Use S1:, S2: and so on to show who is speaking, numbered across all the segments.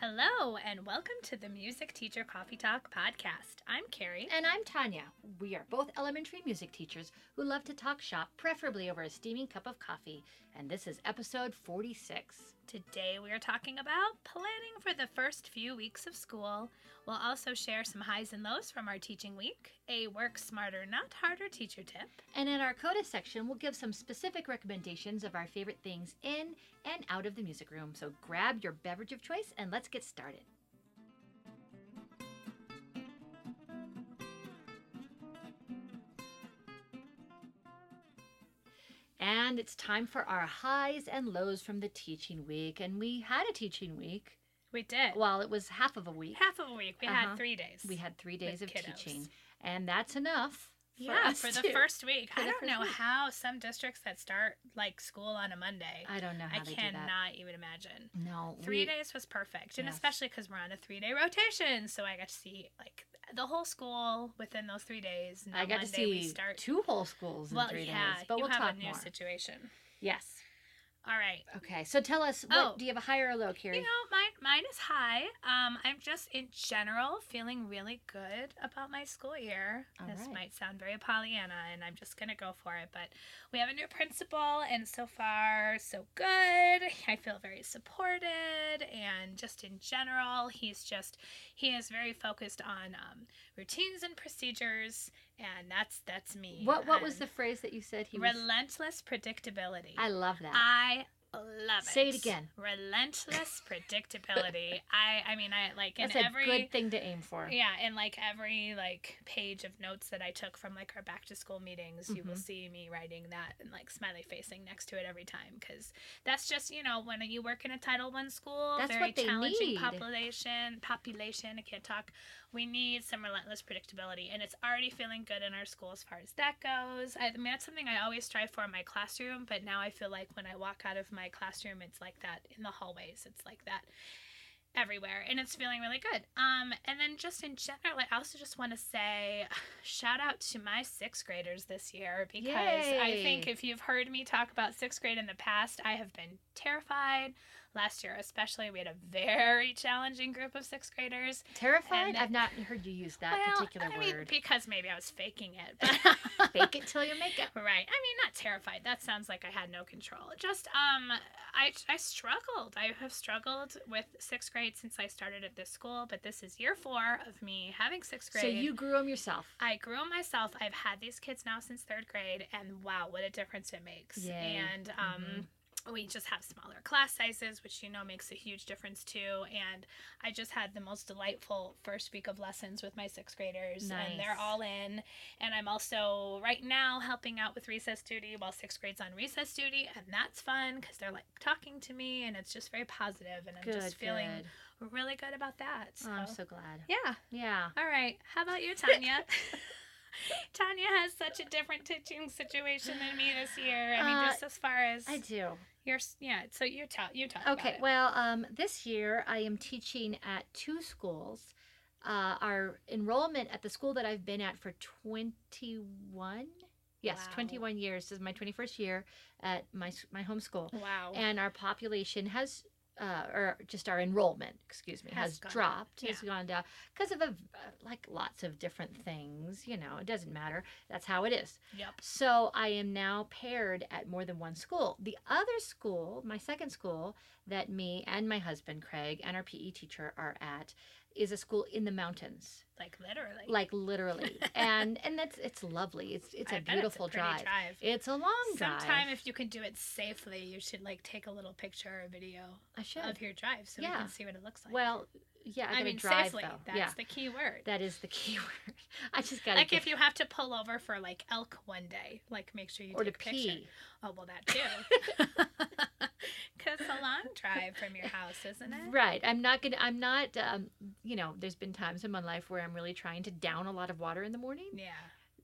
S1: Hello, and welcome to the Music Teacher Coffee Talk podcast. I'm Carrie.
S2: And I'm Tanya. We are both elementary music teachers who love to talk shop, preferably over a steaming cup of coffee. And this is episode 46.
S1: Today, we are talking about planning for the first few weeks of school. We'll also share some highs and lows from our teaching week, a work smarter, not harder teacher tip.
S2: And in our CODA section, we'll give some specific recommendations of our favorite things in and out of the music room. So grab your beverage of choice and let's get started. And it's time for our highs and lows from the teaching week. And we had a teaching week.
S1: We did.
S2: Well, it was half of a week.
S1: Half of a week. We
S2: Uh-huh.
S1: had three days.
S2: We had three days of
S1: With kiddos.
S2: teaching. And that's enough. For
S1: yeah,
S2: us
S1: for the
S2: to-
S1: first week.
S2: for
S1: I
S2: the
S1: don't
S2: first
S1: know
S2: week.
S1: how some districts that start like school on a Monday.
S2: I don't know how
S1: I
S2: they do that.
S1: cannot even imagine.
S2: No,
S1: Three
S2: we-
S1: days was perfect, and
S2: Yes.
S1: especially because we're on a three-day rotation, so I got to see like the whole school within those three days. And
S2: I
S1: on
S2: got
S1: Monday
S2: to see
S1: we start.
S2: two whole schools in
S1: well,
S2: three
S1: yeah,
S2: days, but
S1: you
S2: we'll
S1: have
S2: talk
S1: a new
S2: more.
S1: situation.
S2: Yes.
S1: All right.
S2: Okay. So tell us, what,
S1: Oh.
S2: do you have a higher or low, Carrie?
S1: You know, mine mine is high. Um, I'm just in general feeling really good about my school year.
S2: All
S1: this
S2: right.
S1: might sound very Pollyanna, and I'm just gonna go for it. But we have a new principal, and so far so good. I feel very supported, and just in general, he's just he is very focused on um, routines and procedures, and that's that's me.
S2: what What was
S1: And
S2: the phrase that you said he was?
S1: relentless predictability?
S2: I love that.
S1: I love it.
S2: Say it again.
S1: Relentless predictability. I I mean I like in
S2: That's a
S1: every
S2: good thing to aim for.
S1: yeah, in like every like page of notes that I took from like our back to school meetings, you will
S2: Mhm.
S1: see me writing that and like smiley facing next to it every time cuz that's just, you know, when you work in a Title 1 school,
S2: That's
S1: very
S2: what they
S1: challenging
S2: need.
S1: population, population, I can't talk. We need some relentless predictability and it's already feeling good in our school as far as that goes. I, I mean, that's something I always strive for in my classroom, but now I feel like when I walk out of my classroom, it's like that in the hallways. It's like that everywhere and it's feeling really good um and then just in general i also just want to say shout out to my sixth graders this year because i
S2: Yay.
S1: think if you've heard me talk about sixth grade in the past i have been terrified last year especially we had a very challenging group of sixth graders
S2: Terrified?
S1: And-
S2: I've not heard you use that
S1: well
S2: particular
S1: i mean
S2: word.
S1: because maybe i was faking it but
S2: Fake it till you make it.
S1: Right. I mean, not terrified. That sounds like I had no control. Just um, I I struggled. I have struggled with sixth grade since I started at this school, but this is year four of me having sixth grade.
S2: So you grew them yourself.
S1: I grew 'em myself. I've had these kids now since third grade, and wow, what a difference it makes.
S2: Yay. Mm-hmm.
S1: And um. We just have smaller class sizes, which you know makes a huge difference too. And I just had the most delightful first week of lessons with my sixth graders, and they're
S2: Nice.
S1: all in. And I'm also right now helping out with recess duty while sixth grade's on recess duty, and that's fun because they're like talking to me, and it's just very positive, and I'm
S2: good.
S1: just feeling
S2: good.
S1: really good about that.
S2: Oh, I'm so glad.
S1: yeah.
S2: Yeah.
S1: All right. How about you, Tanya? Tanya has such a different teaching situation than me this year. I mean,
S2: Uh,
S1: just as far as
S2: I do.
S1: your s- yeah. So you tell you talk. about
S2: Okay,
S1: it.
S2: well, um, this year I am teaching at two schools. Uh, our enrollment at the school that I've been at for 21, yes,
S1: Wow.
S2: 21 years. This is my 21st year at my s- my home school,
S1: wow.
S2: and our population has. Uh, or just our enrollment, excuse me,
S1: Has
S2: has,
S1: gone up,
S2: dropped, has
S1: yeah.
S2: gone down because of a, uh, like lots of different things. You know, it doesn't matter. That's how it is.
S1: yep.
S2: So I am now paired at more than one school. The other school, my second school, that me and my husband Craig and our PE teacher are at, is a school in the mountains,
S1: Like literally.
S2: like literally. and and that's it's lovely. It's it's a
S1: I bet
S2: beautiful
S1: it's a pretty
S2: drive. It's a long drive.
S1: Sometime if you can do it safely, you should like take a little picture or video
S2: I should.
S1: of your drive so we
S2: Yeah.
S1: can see what it looks like.
S2: Well, yeah, I,
S1: I,
S2: gotta
S1: mean
S2: drive
S1: safely.
S2: though.
S1: That's
S2: yeah,
S1: the key word.
S2: that is the key word. I just gotta
S1: like
S2: get-
S1: if you have to pull over for like elk one day, like make sure you
S2: or to
S1: take a picture.
S2: pee.
S1: Oh well, that too. Because a long drive from your house, isn't it?
S2: Right. I'm not gonna. I'm not. Um, you know, there's been times in my life where I'm really trying to down a lot of water in the morning.
S1: Yeah.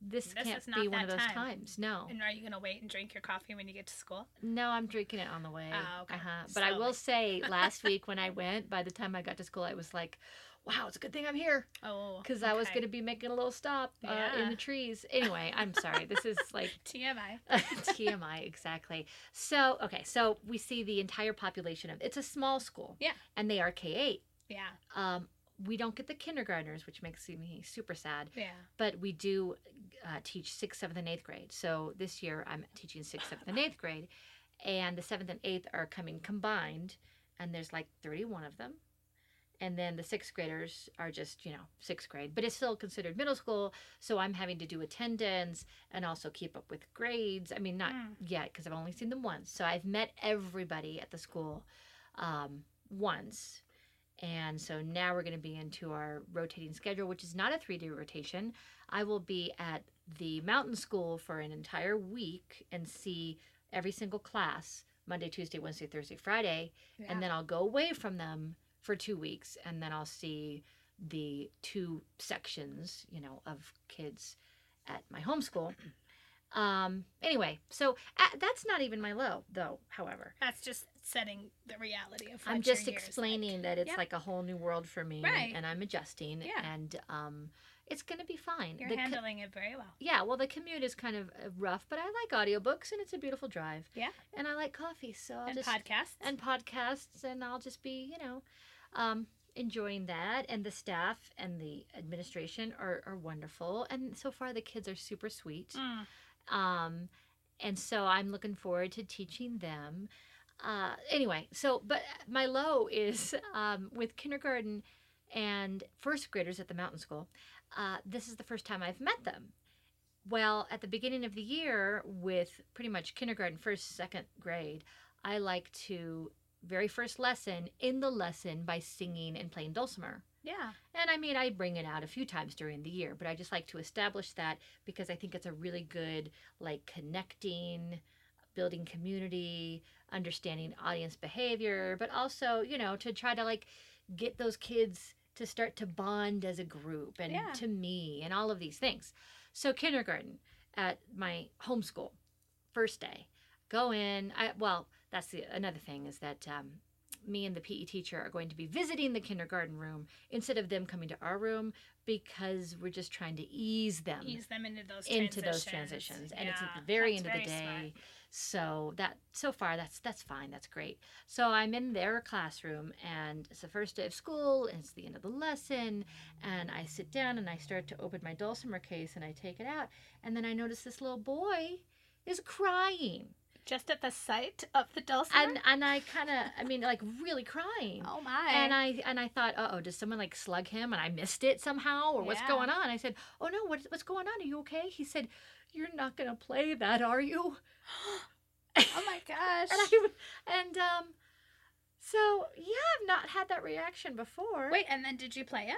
S2: This,
S1: This
S2: can't
S1: is not
S2: be one of
S1: that
S2: those
S1: time.
S2: times. No.
S1: And are you gonna wait and drink your coffee when you get to school?
S2: No, I'm drinking it on the way.
S1: Oh, okay.
S2: Uh-huh. But I will say, last week when I went, by the time I got to school, I was like, "Wow, it's a good thing I'm here,"
S1: Oh,
S2: because I was
S1: okay.
S2: gonna be making a little stop uh,
S1: Yeah.
S2: in the trees. Anyway, I'm sorry. This is like
S1: TMI.
S2: TMI exactly. So okay, so we see the entire population of it's a small school.
S1: Yeah.
S2: And they are K eight.
S1: Yeah.
S2: Um, we don't get the kindergartners, which makes me super sad,
S1: Yeah.
S2: but we do uh, teach sixth, seventh, and eighth grade. So this year I'm teaching sixth, seventh, and eighth grade, and the seventh and eighth are coming combined, and there's like 31 of them. And then the sixth graders are just, you know, sixth grade, but it's still considered middle school. So I'm having to do attendance and also keep up with grades. I mean, not
S1: Mm.
S2: yet because I've only seen them once. So I've met everybody at the school um, once. And so now we're going to be into our rotating schedule, which is not a three day rotation. I will be at the mountain school for an entire week and see every single class Monday, Tuesday, Wednesday, Thursday, Friday.
S1: yeah.
S2: And then I'll go away from them for two weeks and then I'll see the two sections, you know, of kids at my homeschool. Um, anyway, so uh, that's not even my low, though, however.
S1: That's just setting the reality of. What
S2: I'm just
S1: your year's like.
S2: explaining that it's
S1: Yep.
S2: like a whole new world for me, and-
S1: Right.
S2: and, I'm adjusting,
S1: Yeah.
S2: and um, it's gonna be fine.
S1: You're
S2: The co-
S1: handling it very well.
S2: yeah, well, the commute is kind of uh, rough, but I like audiobooks, and it's a beautiful drive.
S1: Yeah.
S2: and I like coffee, so I'll
S1: and
S2: just
S1: podcasts.
S2: and podcasts, and I'll just be, you know, um, enjoying that. And the staff and the administration are are wonderful, and so far the kids are super sweet.
S1: Mm.
S2: Um, and so I'm looking forward to teaching them. Uh, anyway, so, but my low is um, with kindergarten and first graders at the mountain school, uh, this is the first time I've met them. Well, at the beginning of the year, with pretty much kindergarten, first, second grade, I like to very first lesson in the lesson by singing and playing dulcimer.
S1: Yeah.
S2: And I mean, I bring it out a few times during the year, but I just like to establish that because I think it's a really good, like, connecting, building community, understanding audience behavior, but also, you know, to try to, like, get those kids to start to bond as a group and
S1: Yeah.
S2: to me and all of these things. So, kindergarten at my homeschool, first day, go in. I, well, that's the, another thing is that um, me and the PE teacher are going to be visiting the kindergarten room instead of them coming to our room because we're just trying to ease them
S1: Ease them into those
S2: Um, into
S1: transitions.
S2: those transitions and it's at
S1: Yeah,
S2: the very
S1: that's
S2: end of the
S1: very
S2: day
S1: smart.
S2: so that so far that's that's fine that's great so i'm in their classroom and it's the first day of school and it's the end of the lesson and i sit down and i start to open my dulcimer case and i take it out and then i notice this little boy is crying
S1: Just at the sight of the dulcimer.
S2: and and i kind of i mean like really crying
S1: oh my.
S2: and I and I thought, uh oh, does someone like slug him and I missed it somehow or what's
S1: Yeah.
S2: going on? I said, oh no, what's what's going on? Are you okay? He said, you're not gonna play that, are you?
S1: oh my gosh.
S2: And I and um, so yeah, I've not had that reaction before.
S1: Wait, and then did you play it?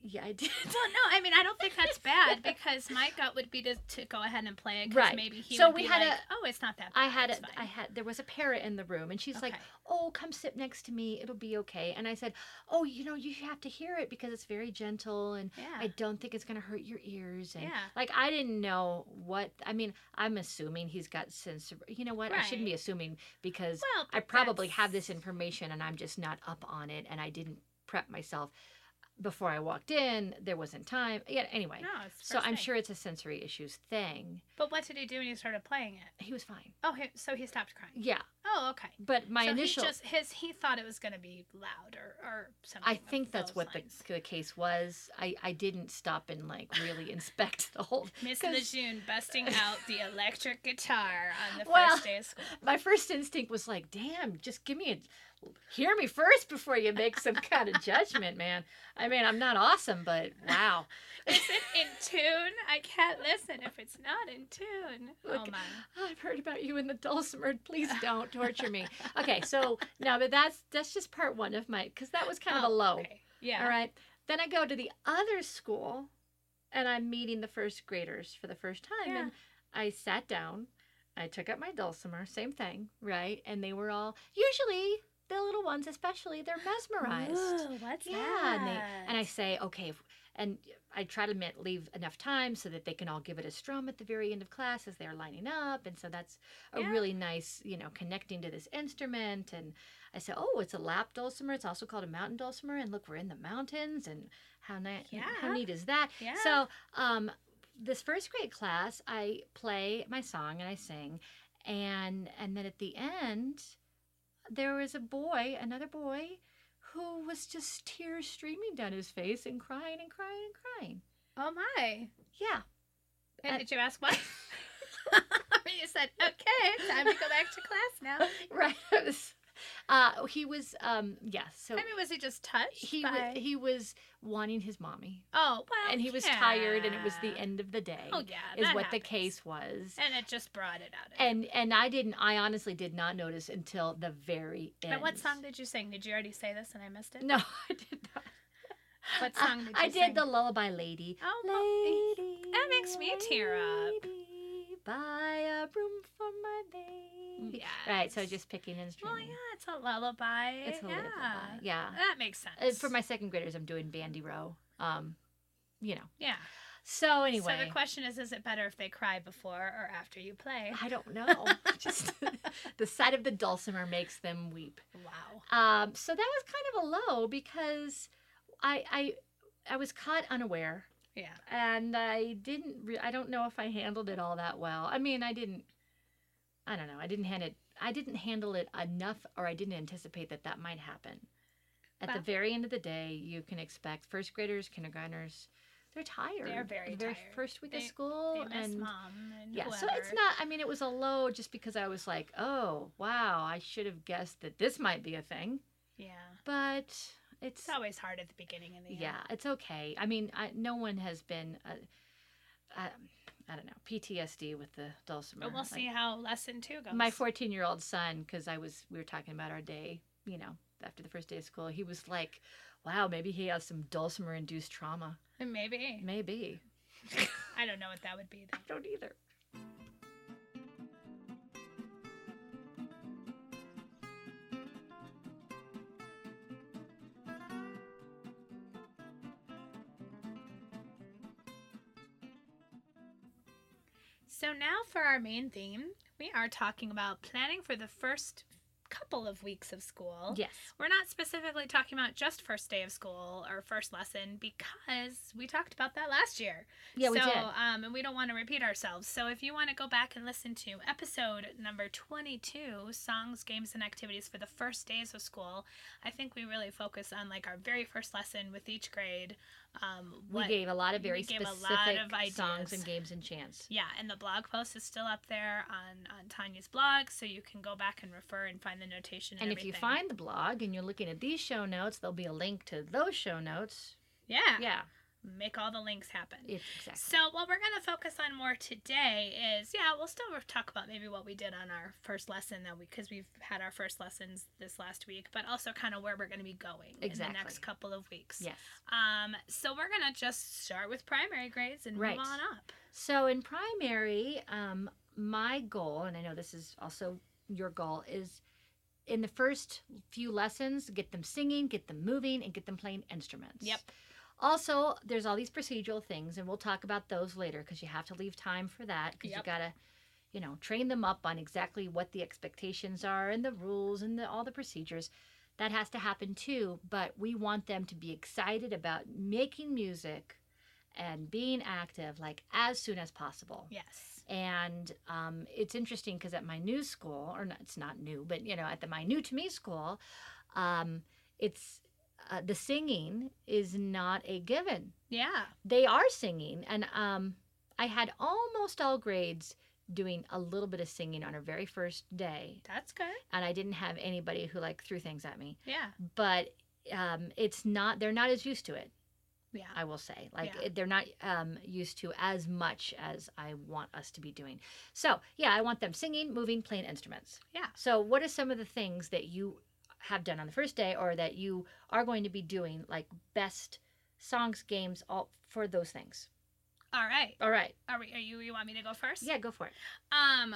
S2: yeah, I did.
S1: Well, no, I mean, I don't think that's bad because my gut would be to, to go ahead and play it because
S2: Right.
S1: maybe he
S2: So
S1: would
S2: we
S1: be
S2: had
S1: like,
S2: a-
S1: oh, it's not that bad.
S2: I had
S1: it's
S2: a,
S1: fine."
S2: I had there was a parrot in the room and she's like,
S1: Okay.
S2: oh, come sit next to me, it'll be okay. And I said, oh, you know, you have to hear it because it's very gentle and
S1: yeah.
S2: I don't think it's gonna hurt your ears and.
S1: yeah.
S2: Like I didn't know what I mean. I'm assuming he's got sensory. You know what? I shouldn't be
S1: Right.
S2: assuming because
S1: Well,
S2: I
S1: but
S2: probably have
S1: that's-
S2: this information and I'm just not up on it, and I didn't prep myself before I walked in. There wasn't time. Yeah. Anyway,
S1: No, it's
S2: so
S1: first
S2: I'm
S1: thing.
S2: sure it's a sensory issues thing.
S1: But what did he do when you started playing it?
S2: He was fine.
S1: Oh, he, so he stopped crying.
S2: Yeah,
S1: Oh, okay.
S2: but my
S1: so
S2: initial.
S1: he just his he thought it was going to be loud or or something.
S2: I think that's what the, the case was. I, I didn't stop and like really inspect the whole
S1: Miss
S2: 'cause-
S1: Lejeune busting out the electric guitar on the
S2: Well-
S1: first day of school.
S2: my first instinct was like, damn, just give me a hear me first before you make some kind of judgment, man. I mean, I'm not awesome, but wow.
S1: Is it in tune? I can't listen if it's not in tune.
S2: Look,
S1: oh my.
S2: I've heard about you and the dulcimer. Please don't torture me. Okay, so now, but that's that's just part one of my because that was kind of a
S1: Oh,
S2: low.
S1: okay. Yeah.
S2: All right. Then I go to the other school and I'm meeting the first graders for the first time.
S1: Yeah.
S2: And I sat down, I took up my dulcimer, same thing, right? And they were all, usually, the little ones, especially, they're mesmerized.
S1: Ooh, what's
S2: Yeah.
S1: that?
S2: And, they, and I say, okay, if- and I try to ma- leave enough time so that they can all give it a strum at the very end of class as they're lining up. And so that's a
S1: Yeah.
S2: really nice, you know, connecting to this instrument. And I say, oh, it's a lap dulcimer. It's also called a mountain dulcimer. And look, we're in the mountains. And how, ni- how
S1: Yeah.
S2: neat is that?
S1: yeah.
S2: So, um, this first grade class, I play my song and I sing, and and then at the end, there was a boy, another boy, who was just tears streaming down his face and crying and crying and crying.
S1: Oh my.
S2: Yeah.
S1: And
S2: Uh,
S1: did you ask why? you said, okay, time to go back to class now.
S2: Right. It was- uh, he was, um, yeah. So
S1: I mean, was he just touched?
S2: he,
S1: by...
S2: wa- he was wanting his mommy.
S1: Oh, well.
S2: and he was tired and it was the
S1: yeah.
S2: end of the day
S1: Oh, yeah.
S2: is
S1: that
S2: what the
S1: happens.
S2: case was
S1: And it just brought it out.
S2: and and i didn't i honestly did not notice until the very end
S1: But what song did you sing? Did you already say this and I missed it?
S2: no i did not
S1: What
S2: I-
S1: song did you
S2: i
S1: sing?
S2: did the lullaby lady
S1: Oh, well,
S2: lady
S1: that makes me tear up.
S2: lady, buy a room for my baby right so
S1: Yes.
S2: just picking and
S1: Well,
S2: strumming
S1: yeah, it's a lullaby.
S2: it's a
S1: yeah.
S2: lullaby yeah
S1: That makes sense.
S2: Uh, for my second graders i'm doing bandy row um you know
S1: yeah.
S2: so anyway
S1: So the question is, is it better if they cry before or after you play?
S2: I don't know. Just the sight of the dulcimer makes them weep.
S1: Wow.
S2: Um, so that was kind of a low because I I I was caught unaware
S1: Yeah.
S2: and I didn't re- I don't know if I handled it all that well. I mean, I didn't I don't know. I didn't hand it I didn't handle it enough or I didn't anticipate that that might happen. At
S1: Well.
S2: the very end of the day, you can expect first graders, kindergartners, they're tired.
S1: very
S2: The very
S1: tired.
S2: first week
S1: They-
S2: of school
S1: They miss
S2: and
S1: mom Oh, and
S2: yeah, so it's
S1: whoever.
S2: not. I mean, it was a low just because I was like, "Oh, wow, I should have guessed that this might be a thing."
S1: Yeah.
S2: But it's
S1: It's always hard at the beginning and the end.
S2: yeah, it's okay. I mean, I, no one has been, uh, I, I don't know, PTSD with the dulcimer.
S1: But Oh, we'll see
S2: Like,
S1: how lesson two goes.
S2: my fourteen-year-old son, because I was, we were talking about our day, you know, after the first day of school, he was like, "Wow, maybe he has some dulcimer-induced trauma.
S1: Maybe.
S2: Maybe
S1: I don't know what that would be
S2: I
S1: though.
S2: don't either."
S1: So now for our main theme, we are talking about planning for the first couple of weeks of school.
S2: Yes.
S1: We're not specifically talking about just first day of school or first lesson because we talked about that last year.
S2: Yeah,
S1: so,
S2: we did.
S1: Um, and we don't want to repeat ourselves. So if you want to go back and listen to episode number 22, songs, games, and activities for the first days of school, I think we really focus on like our very first lesson with each grade. Um,
S2: We
S1: what-
S2: gave a lot of very
S1: we gave a lot
S2: specific
S1: of
S2: songs
S1: ideas.
S2: and games and chants.
S1: Yeah, and the blog post is still up there on, on Tanya's blog, so you can go back and refer and find the notation. And,
S2: And if you
S1: everything.
S2: find the blog and you're looking at these show notes, there'll be a link to those show notes.
S1: yeah,
S2: Yeah,
S1: make all the links happen.
S2: it's exactly.
S1: So what we're gonna focus on more today is yeah, we'll still talk about maybe what we did on our first lesson that we because we've had our first lessons this last week, but also kind of where we're gonna be going in
S2: Exactly.
S1: the next couple of weeks.
S2: yes.
S1: Um, so we're gonna just start with primary grades and
S2: Right.
S1: move on up.
S2: So in primary, um, my goal, and I know this is also your goal, is in the first few lessons, get them singing, get them moving, and get them playing instruments.
S1: Yep.
S2: Also, there's all these procedural things, and we'll talk about those later because you have to leave time for that because
S1: Yep.
S2: you gotta, you know, train them up on exactly what the expectations are and the rules and the, all the procedures. That has to happen too, but we want them to be excited about making music and being active like as soon as possible.
S1: Yes.
S2: And um, it's interesting because at my new school, or not, it's not new, but you know, at the my new to me school, um, it's uh, the singing is not a given.
S1: Yeah.
S2: They are singing, and um, I had almost all grades doing a little bit of singing on our very first day,
S1: That's good.
S2: and I didn't have anybody who like threw things at me.
S1: Yeah.
S2: But um, it's not; they're not as used to it.
S1: Yeah.
S2: I will say. Like
S1: Yeah.
S2: it- they're not um, used to as much as I want us to be doing. So yeah, I want them singing, moving, playing instruments.
S1: Yeah.
S2: So what are some of the things that you have done on the first day, or that you are going to be doing, like best songs, games, all for those things?
S1: All right.
S2: All right.
S1: Are we are you you want me to go first?
S2: Yeah, go for it.
S1: Um,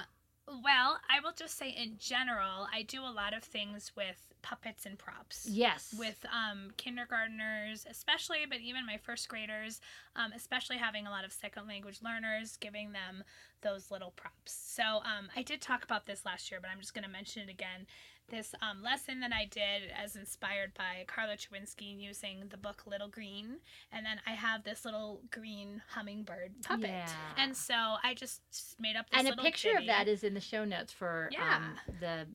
S1: well, I will just say in general, I do a lot of things with puppets and props.
S2: Yes.
S1: With um, kindergartners, especially, but even my first graders, um, especially having a lot of second language learners, giving them those little props. So um, I did talk about this last year, but I'm just going to mention it again. This um, lesson that I did, as inspired by Carla Chewinski using the book Little Green, and then I have this little green hummingbird puppet.
S2: Yeah.
S1: And so I just made up this
S2: and a
S1: little
S2: picture of
S1: ditty.
S2: that is in um, the show notes for
S1: Yeah.
S2: um, the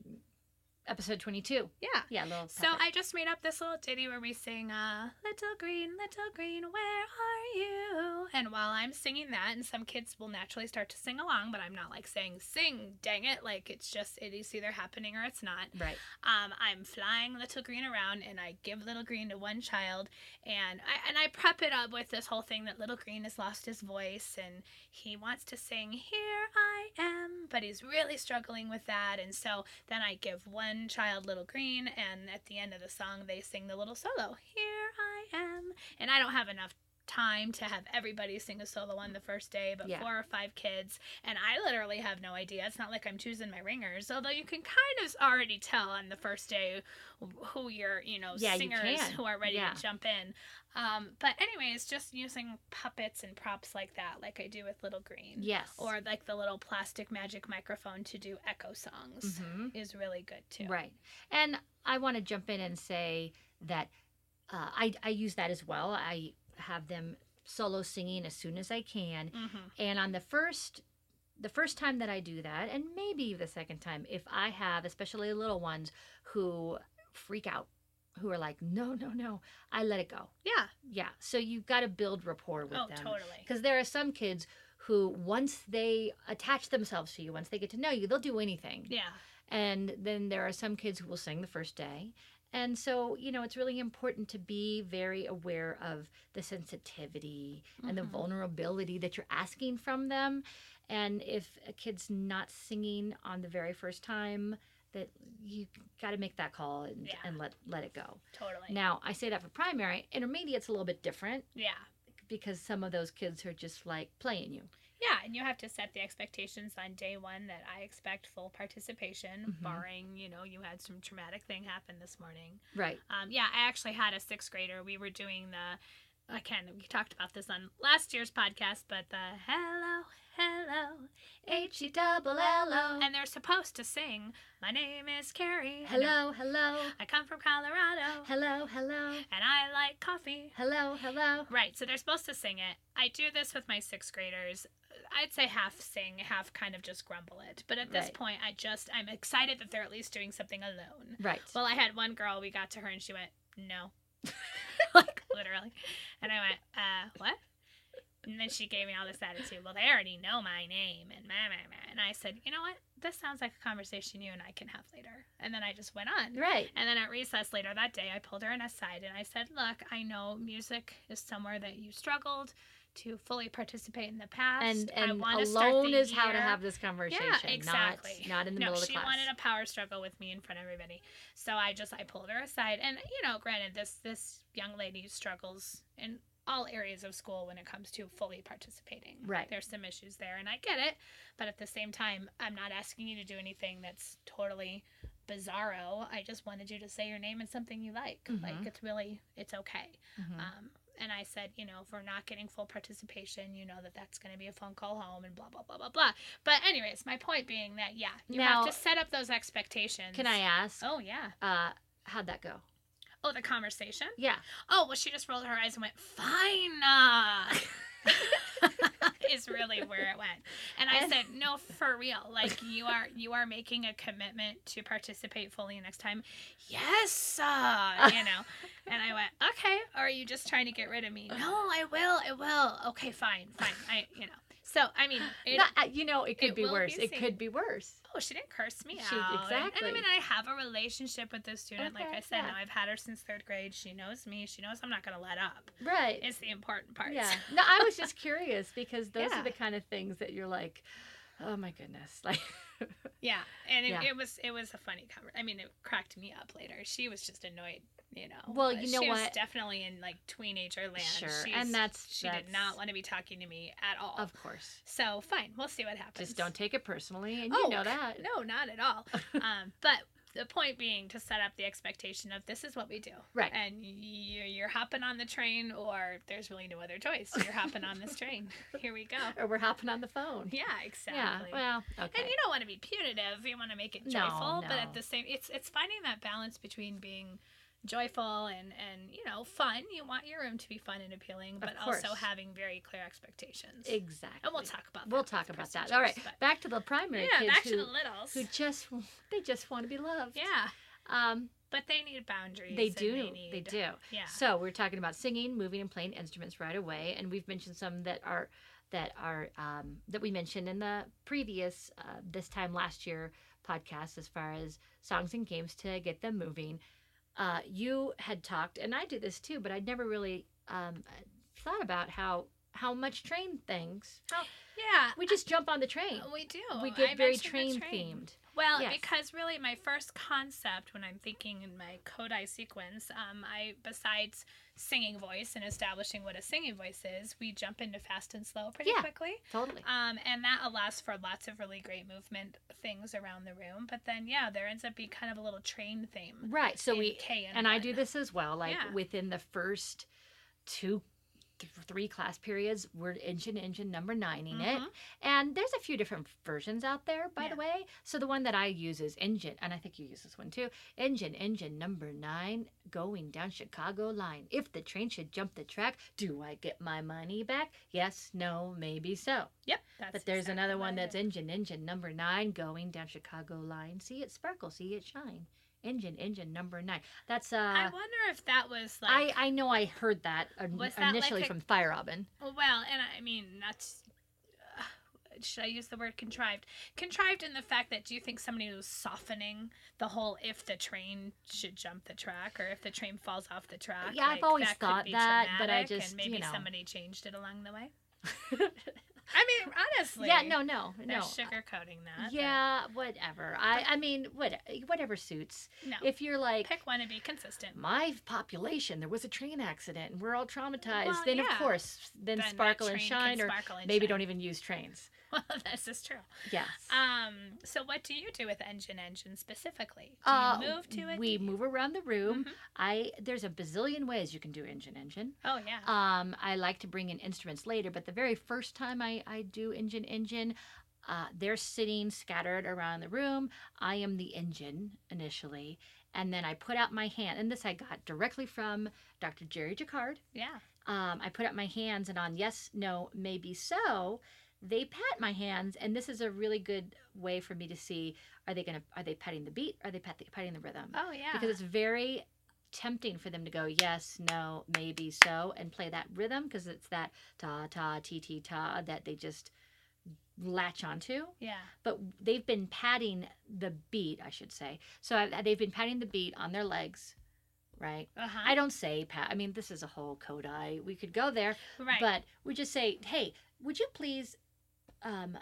S2: episode 22.
S1: Yeah.
S2: Yeah, little
S1: So
S2: puppet.
S1: I just made up this little ditty where we sing, uh, Little Green, Little Green, where are you? And while I'm singing that, and some kids will naturally start to sing along, but I'm not like saying, sing, dang it. Like it's just, it is either happening or it's not.
S2: right.
S1: Um, I'm flying Little Green around and I give Little Green to one child and I and I prep it up with this whole thing that Little Green has lost his voice and he wants to sing Here I am, but he's really struggling with that and so then I give one child Little Green and at the end of the song they sing the little solo, Here I am and I don't have enough time to have everybody sing a solo on the first day but
S2: Yeah.
S1: four or five kids and I literally have no idea. It's not like I'm choosing my ringers, although you can kind of already tell on the first day who your you know
S2: Yeah, you
S1: singers
S2: can.
S1: who are ready
S2: Yeah.
S1: to jump in. Um, but anyways, just using puppets and props like that, like I do with Little Green,
S2: Yes.
S1: or like the little plastic magic microphone to do echo songs,
S2: Mhm.
S1: is really good too.
S2: Right. And I want to jump in and say that uh, I, I use that as well. I have them solo singing as soon as I can.
S1: Mm-hmm.
S2: And on the first the first time that I do that and maybe the second time if I have especially little ones who freak out who are like no no no I let it go.
S1: Yeah.
S2: Yeah. So you've got to build rapport with
S1: oh,
S2: them
S1: totally.
S2: because there are some kids who once they attach themselves to you once they get to know you they'll do anything.
S1: Yeah.
S2: And then there are some kids who will sing the first day. And so, you know, it's really important to be very aware of the sensitivity and the
S1: Mhm.
S2: vulnerability that you're asking from them. And if a kid's not singing on the very first time, that you got to make that call and,
S1: Yeah.
S2: and let let it go.
S1: Totally.
S2: Now, I say that for primary, intermediate's a little bit different
S1: yeah.
S2: because some of those kids are just like playing you.
S1: Yeah, and you have to set the expectations on day one that I expect full participation,
S2: Mhm.
S1: barring, you know, you had some traumatic thing happen this morning.
S2: Right.
S1: Um, yeah, I actually had a sixth grader. We were doing the, again, we talked about this on last year's podcast, but the hello, hello,
S2: H E double L O.
S1: and they're supposed to sing, My name is Carrie. and
S2: Hello, hello.
S1: I come from Colorado,
S2: Hello, hello.
S1: and I like coffee.
S2: Hello, hello.
S1: Right, so they're supposed to sing it. I do this with my sixth graders. I'd say half sing, half kind of just grumble it. But at this
S2: Right.
S1: point, I just, I'm excited that they're at least doing something alone.
S2: Right.
S1: Well, I had one girl, we got to her and she went, no. like, literally. And I went, uh, what? And then she gave me all this attitude. Well, they already know my name and meh, meh, meh. And I said, you know what? This sounds like a conversation you and I can have later. And then I just went on.
S2: right.
S1: And then at recess later that day, I pulled her in aside and I said, Look, I know music is somewhere that you struggled to fully participate in the past.
S2: And
S1: I
S2: and
S1: wanna start
S2: alone
S1: the
S2: is how to
S1: year-
S2: have this conversation.
S1: exactly.
S2: Not not in the
S1: no,
S2: middle of the
S1: she
S2: class.
S1: wanted a power struggle with me in front of everybody. So I just I pulled her aside, and you know, granted, this this young lady struggles in all areas of school when it comes to fully participating.
S2: Right.
S1: There's some issues there, and I get it. But at the same time, I'm not asking you to do anything that's totally bizarro. I just wanted you to say your name and something you like. Like
S2: Mhm.
S1: it's really it's okay.
S2: Mhm.
S1: Um, and I said, you know, if we're not getting full participation, you know that that's going to be a phone call home and blah, blah, blah, blah, blah. But, anyways, my point being that, yeah, you
S2: Now-
S1: have to set up those expectations.
S2: Can I ask?
S1: Oh, yeah.
S2: Uh, how'd that go?
S1: Oh, the conversation?
S2: Yeah.
S1: Oh, well, she just rolled her eyes and went, fine. uh," is really where it went. And I
S2: And-
S1: said, no, for real. Like, you are you are making a commitment to participate fully next time. Yes. Uh, you know. And I went, okay. Or are you just trying to get rid of me? No, I will. I will. Okay, fine. Fine. I, you know. So, I mean, it,
S2: Not- uh, you know, it could
S1: it
S2: be
S1: will
S2: worse.
S1: be
S2: it
S1: seen.
S2: could be worse.
S1: oh, she didn't curse me
S2: She-
S1: out. And- And,
S2: exactly.
S1: I mean, I have a relationship with this student. like
S2: Okay,
S1: I said,
S2: yeah.
S1: now I've had her since third grade. She knows me. She knows I'm not going to let up.
S2: Right.
S1: It's the important part.
S2: yeah. No, I was just curious because those
S1: Yeah.
S2: are the kind of things that you're like, oh my goodness, like
S1: Yeah, and it,
S2: Yeah.
S1: it was it was a funny cover. I mean, it cracked me up later. She was just annoyed, you know.
S2: Well,
S1: but
S2: you know
S1: she was
S2: what?
S1: definitely in like teenager land.
S2: Sure,
S1: She's-
S2: and that's-
S1: she
S2: that's-
S1: did not want to be talking to me at all.
S2: of course.
S1: so fine, we'll see what happens.
S2: Just don't take it personally, and you
S1: Oh,
S2: know that.
S1: No, not at all. um, but the point being to set up the expectation of this is what we do.
S2: Right.
S1: And you, you're hopping on the train, or there's really no other choice. You're hopping on this train. Here we go.
S2: Or we're hopping on the phone.
S1: Yeah, exactly.
S2: Yeah. Well. Okay.
S1: And you don't want to be punitive. You want to make it
S2: No,
S1: joyful, but
S2: no.
S1: at the same, it's it's finding that balance between being joyful and and you know fun. You want your room to be fun and appealing, but also
S2: course.
S1: having very clear expectations.
S2: Exactly.
S1: and we'll talk about that.
S2: We'll
S1: with
S2: talk about that.
S1: percentages,
S2: All right,
S1: but-
S2: back to the primary
S1: yeah,
S2: kids
S1: back
S2: who,
S1: to the littles.
S2: who just they just want to be loved.
S1: yeah,
S2: Um,
S1: but they need boundaries.
S2: they
S1: and
S2: do.
S1: They,
S2: They,
S1: need,
S2: do.
S1: Yeah.
S2: So we're talking about singing, moving, and playing instruments right away, and we've mentioned some that are that are um, that we mentioned in the previous uh, this time last year podcast as far as songs and games to get them moving. Uh, you had talked, and I do this too, but I'd never really um, thought about how how much train things. How
S1: yeah.
S2: we just jump on the train.
S1: We do.
S2: we
S1: I
S2: get very
S1: mentioned the
S2: train
S1: train.
S2: themed.
S1: Well,
S2: Yes.
S1: because really, my first concept when I'm thinking in my Kodai sequence, um, I besides singing voice and establishing what a singing voice is, we jump into fast and slow pretty
S2: Yeah.
S1: quickly.
S2: Totally.
S1: Um, and that allows for lots of really great movement things around the room. But then, yeah, there ends up being kind of a little train theme.
S2: Right. So
S1: in
S2: we
S1: K
S2: and I
S1: one.
S2: do this as well. Like
S1: Yeah.
S2: within the first two, th- three class periods, we're engine engine number 9 it,
S1: Mhm.
S2: and there's a few different versions out there, by
S1: Yeah.
S2: the way. So the one that I use is engine, and I think you use this one too. Engine engine number nine, going down Chicago line. If the train should jump the track, do I get my money back? Yes, no, maybe so.
S1: Yep. That's
S2: But there's
S1: exactly
S2: another
S1: what
S2: one
S1: I
S2: that's
S1: do.
S2: engine, engine number nine going down Chicago line. See it sparkle, see it shine. Engine, engine number nine. That's uh,
S1: I
S2: I
S1: wonder if that was
S2: I,
S1: like.
S2: know I heard that, in-
S1: Was that like
S2: initially
S1: a-
S2: from Fire Robin.
S1: Well, and I mean, that's. Uh, should I use the word contrived? Contrived in the fact that do you think somebody was softening the whole if the train should jump the track or if the train falls off the track?
S2: Yeah, I've always
S1: could
S2: thought
S1: be
S2: that, but I
S1: traumatic,
S2: just, you
S1: and maybe
S2: know.
S1: somebody changed it along the way. I mean, honestly.
S2: yeah, no, no,
S1: They're
S2: no.
S1: sugarcoating that. but
S2: Yeah, whatever. I I mean, what whatever suits.
S1: No.
S2: If you're like
S1: Oh, Pick one and be consistent.
S2: my population, there was a train accident and we're all traumatized,
S1: Well,
S2: then
S1: yeah.
S2: of course,
S1: Then
S2: then,
S1: that
S2: sparkle and
S1: train
S2: shine,
S1: can
S2: or
S1: sparkle and
S2: maybe
S1: shine.
S2: don't even use trains.
S1: Well, this is true.
S2: Yes.
S1: Um. So, what do you do with engine engine specifically? Um, Do you
S2: Uh,
S1: move to it?
S2: We move around the room.
S1: Mhm.
S2: I there's a bazillion ways you can do engine engine.
S1: Oh yeah.
S2: Um, I like to bring in instruments later, but the very first time I, I do engine engine, uh, they're sitting scattered around the room. I am the engine initially, and then I put out my hand, and this I got directly from Dr. Jerry Jacquard.
S1: yeah.
S2: Um, I put up my hands, and on yes, no, maybe so, they pat my hands, and this is a really good way for me to see are they gonna are they patting the beat? Are they pat patting the rhythm?
S1: Oh yeah.
S2: because it's very tempting for them to go yes, no, maybe so, and play that rhythm because it's that ta ta ti ti ta that they just latch onto.
S1: Oh, yeah.
S2: But they've been patting the beat, I should say. So I, they've been patting the beat on their legs, right?
S1: Uh huh.
S2: I don't say pat. I mean, this is a whole kodai. We could go there,
S1: Right.
S2: but we just say, "Hey, would you please um,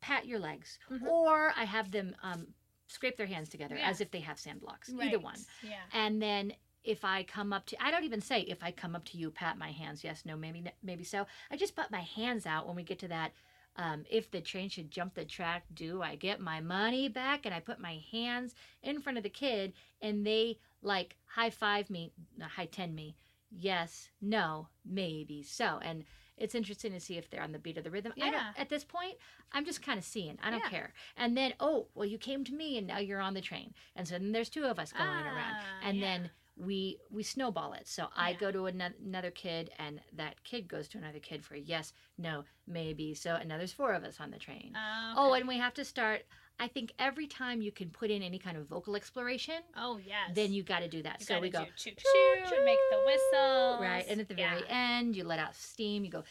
S2: pat your legs?"
S1: Mhm.
S2: Or I have them um, scrape their hands together
S1: Yeah.
S2: as if they have sandblocks. Either
S1: Right.
S2: one.
S1: Yeah.
S2: And then if I come up to, I don't even say if I come up to you, pat my hands. Yes, no, maybe, maybe so. I just put my hands out when we get to that. Um, if the train should jump the track, do I get my money back? And I put my hands in front of the kid, and they like high five me, no, high ten me. Yes, no, maybe so. And it's interesting to see if they're on the beat of the rhythm. I
S1: Yeah.
S2: don't, at this point, I'm just kind of seeing. I don't
S1: Yeah.
S2: care. And then, oh, well, you came to me, and now you're on the train. And so then there's two of us going around
S1: Ah,
S2: and
S1: yeah.
S2: then we we snowball it. So I
S1: Yeah.
S2: go to ano- another kid, and that kid goes to another kid for yes, no, maybe. So and now there's four of us on the train. Oh,
S1: okay.
S2: and we have to start. I think every time you can put in any kind of vocal exploration,
S1: oh yes.
S2: then you got to do that.
S1: You
S2: so we go
S1: gotta do choo choo and make the whistle.
S2: right, and at the very end, you let out steam. You go.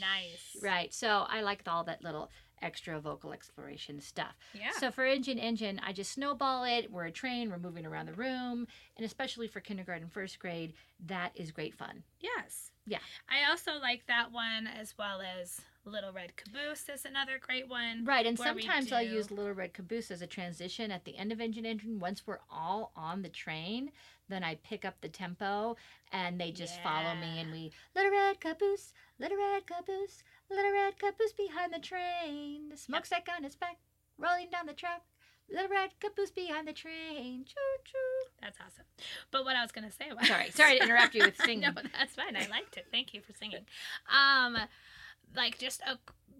S1: Nice.
S2: Right. So I liked all that little extra vocal exploration stuff.
S1: Yeah.
S2: So for engine engine, I just snowball it. We're a train. We're moving around the room, and especially for kindergarten, first grade, that is great fun.
S1: Yes.
S2: Yeah.
S1: I also like that one as well as Little Red Caboose is another great one.
S2: Right, and
S1: Where we
S2: sometimes I'll
S1: do-
S2: use Little Red Caboose as a transition at the end of engine engine. Once we're all on the train, then I pick up the tempo, and they just follow me,
S1: Yeah.
S2: and we Little Red Caboose, Little Red Caboose, Little Red Caboose behind the train. The smokestack on its back, rolling down the track. Little Red Caboose behind the train. Choo choo.
S1: That's awesome. But what I was going to say was
S2: Sorry, sorry to interrupt you with singing.
S1: no, that's fine. I liked it. Thank you for singing. Um, like just a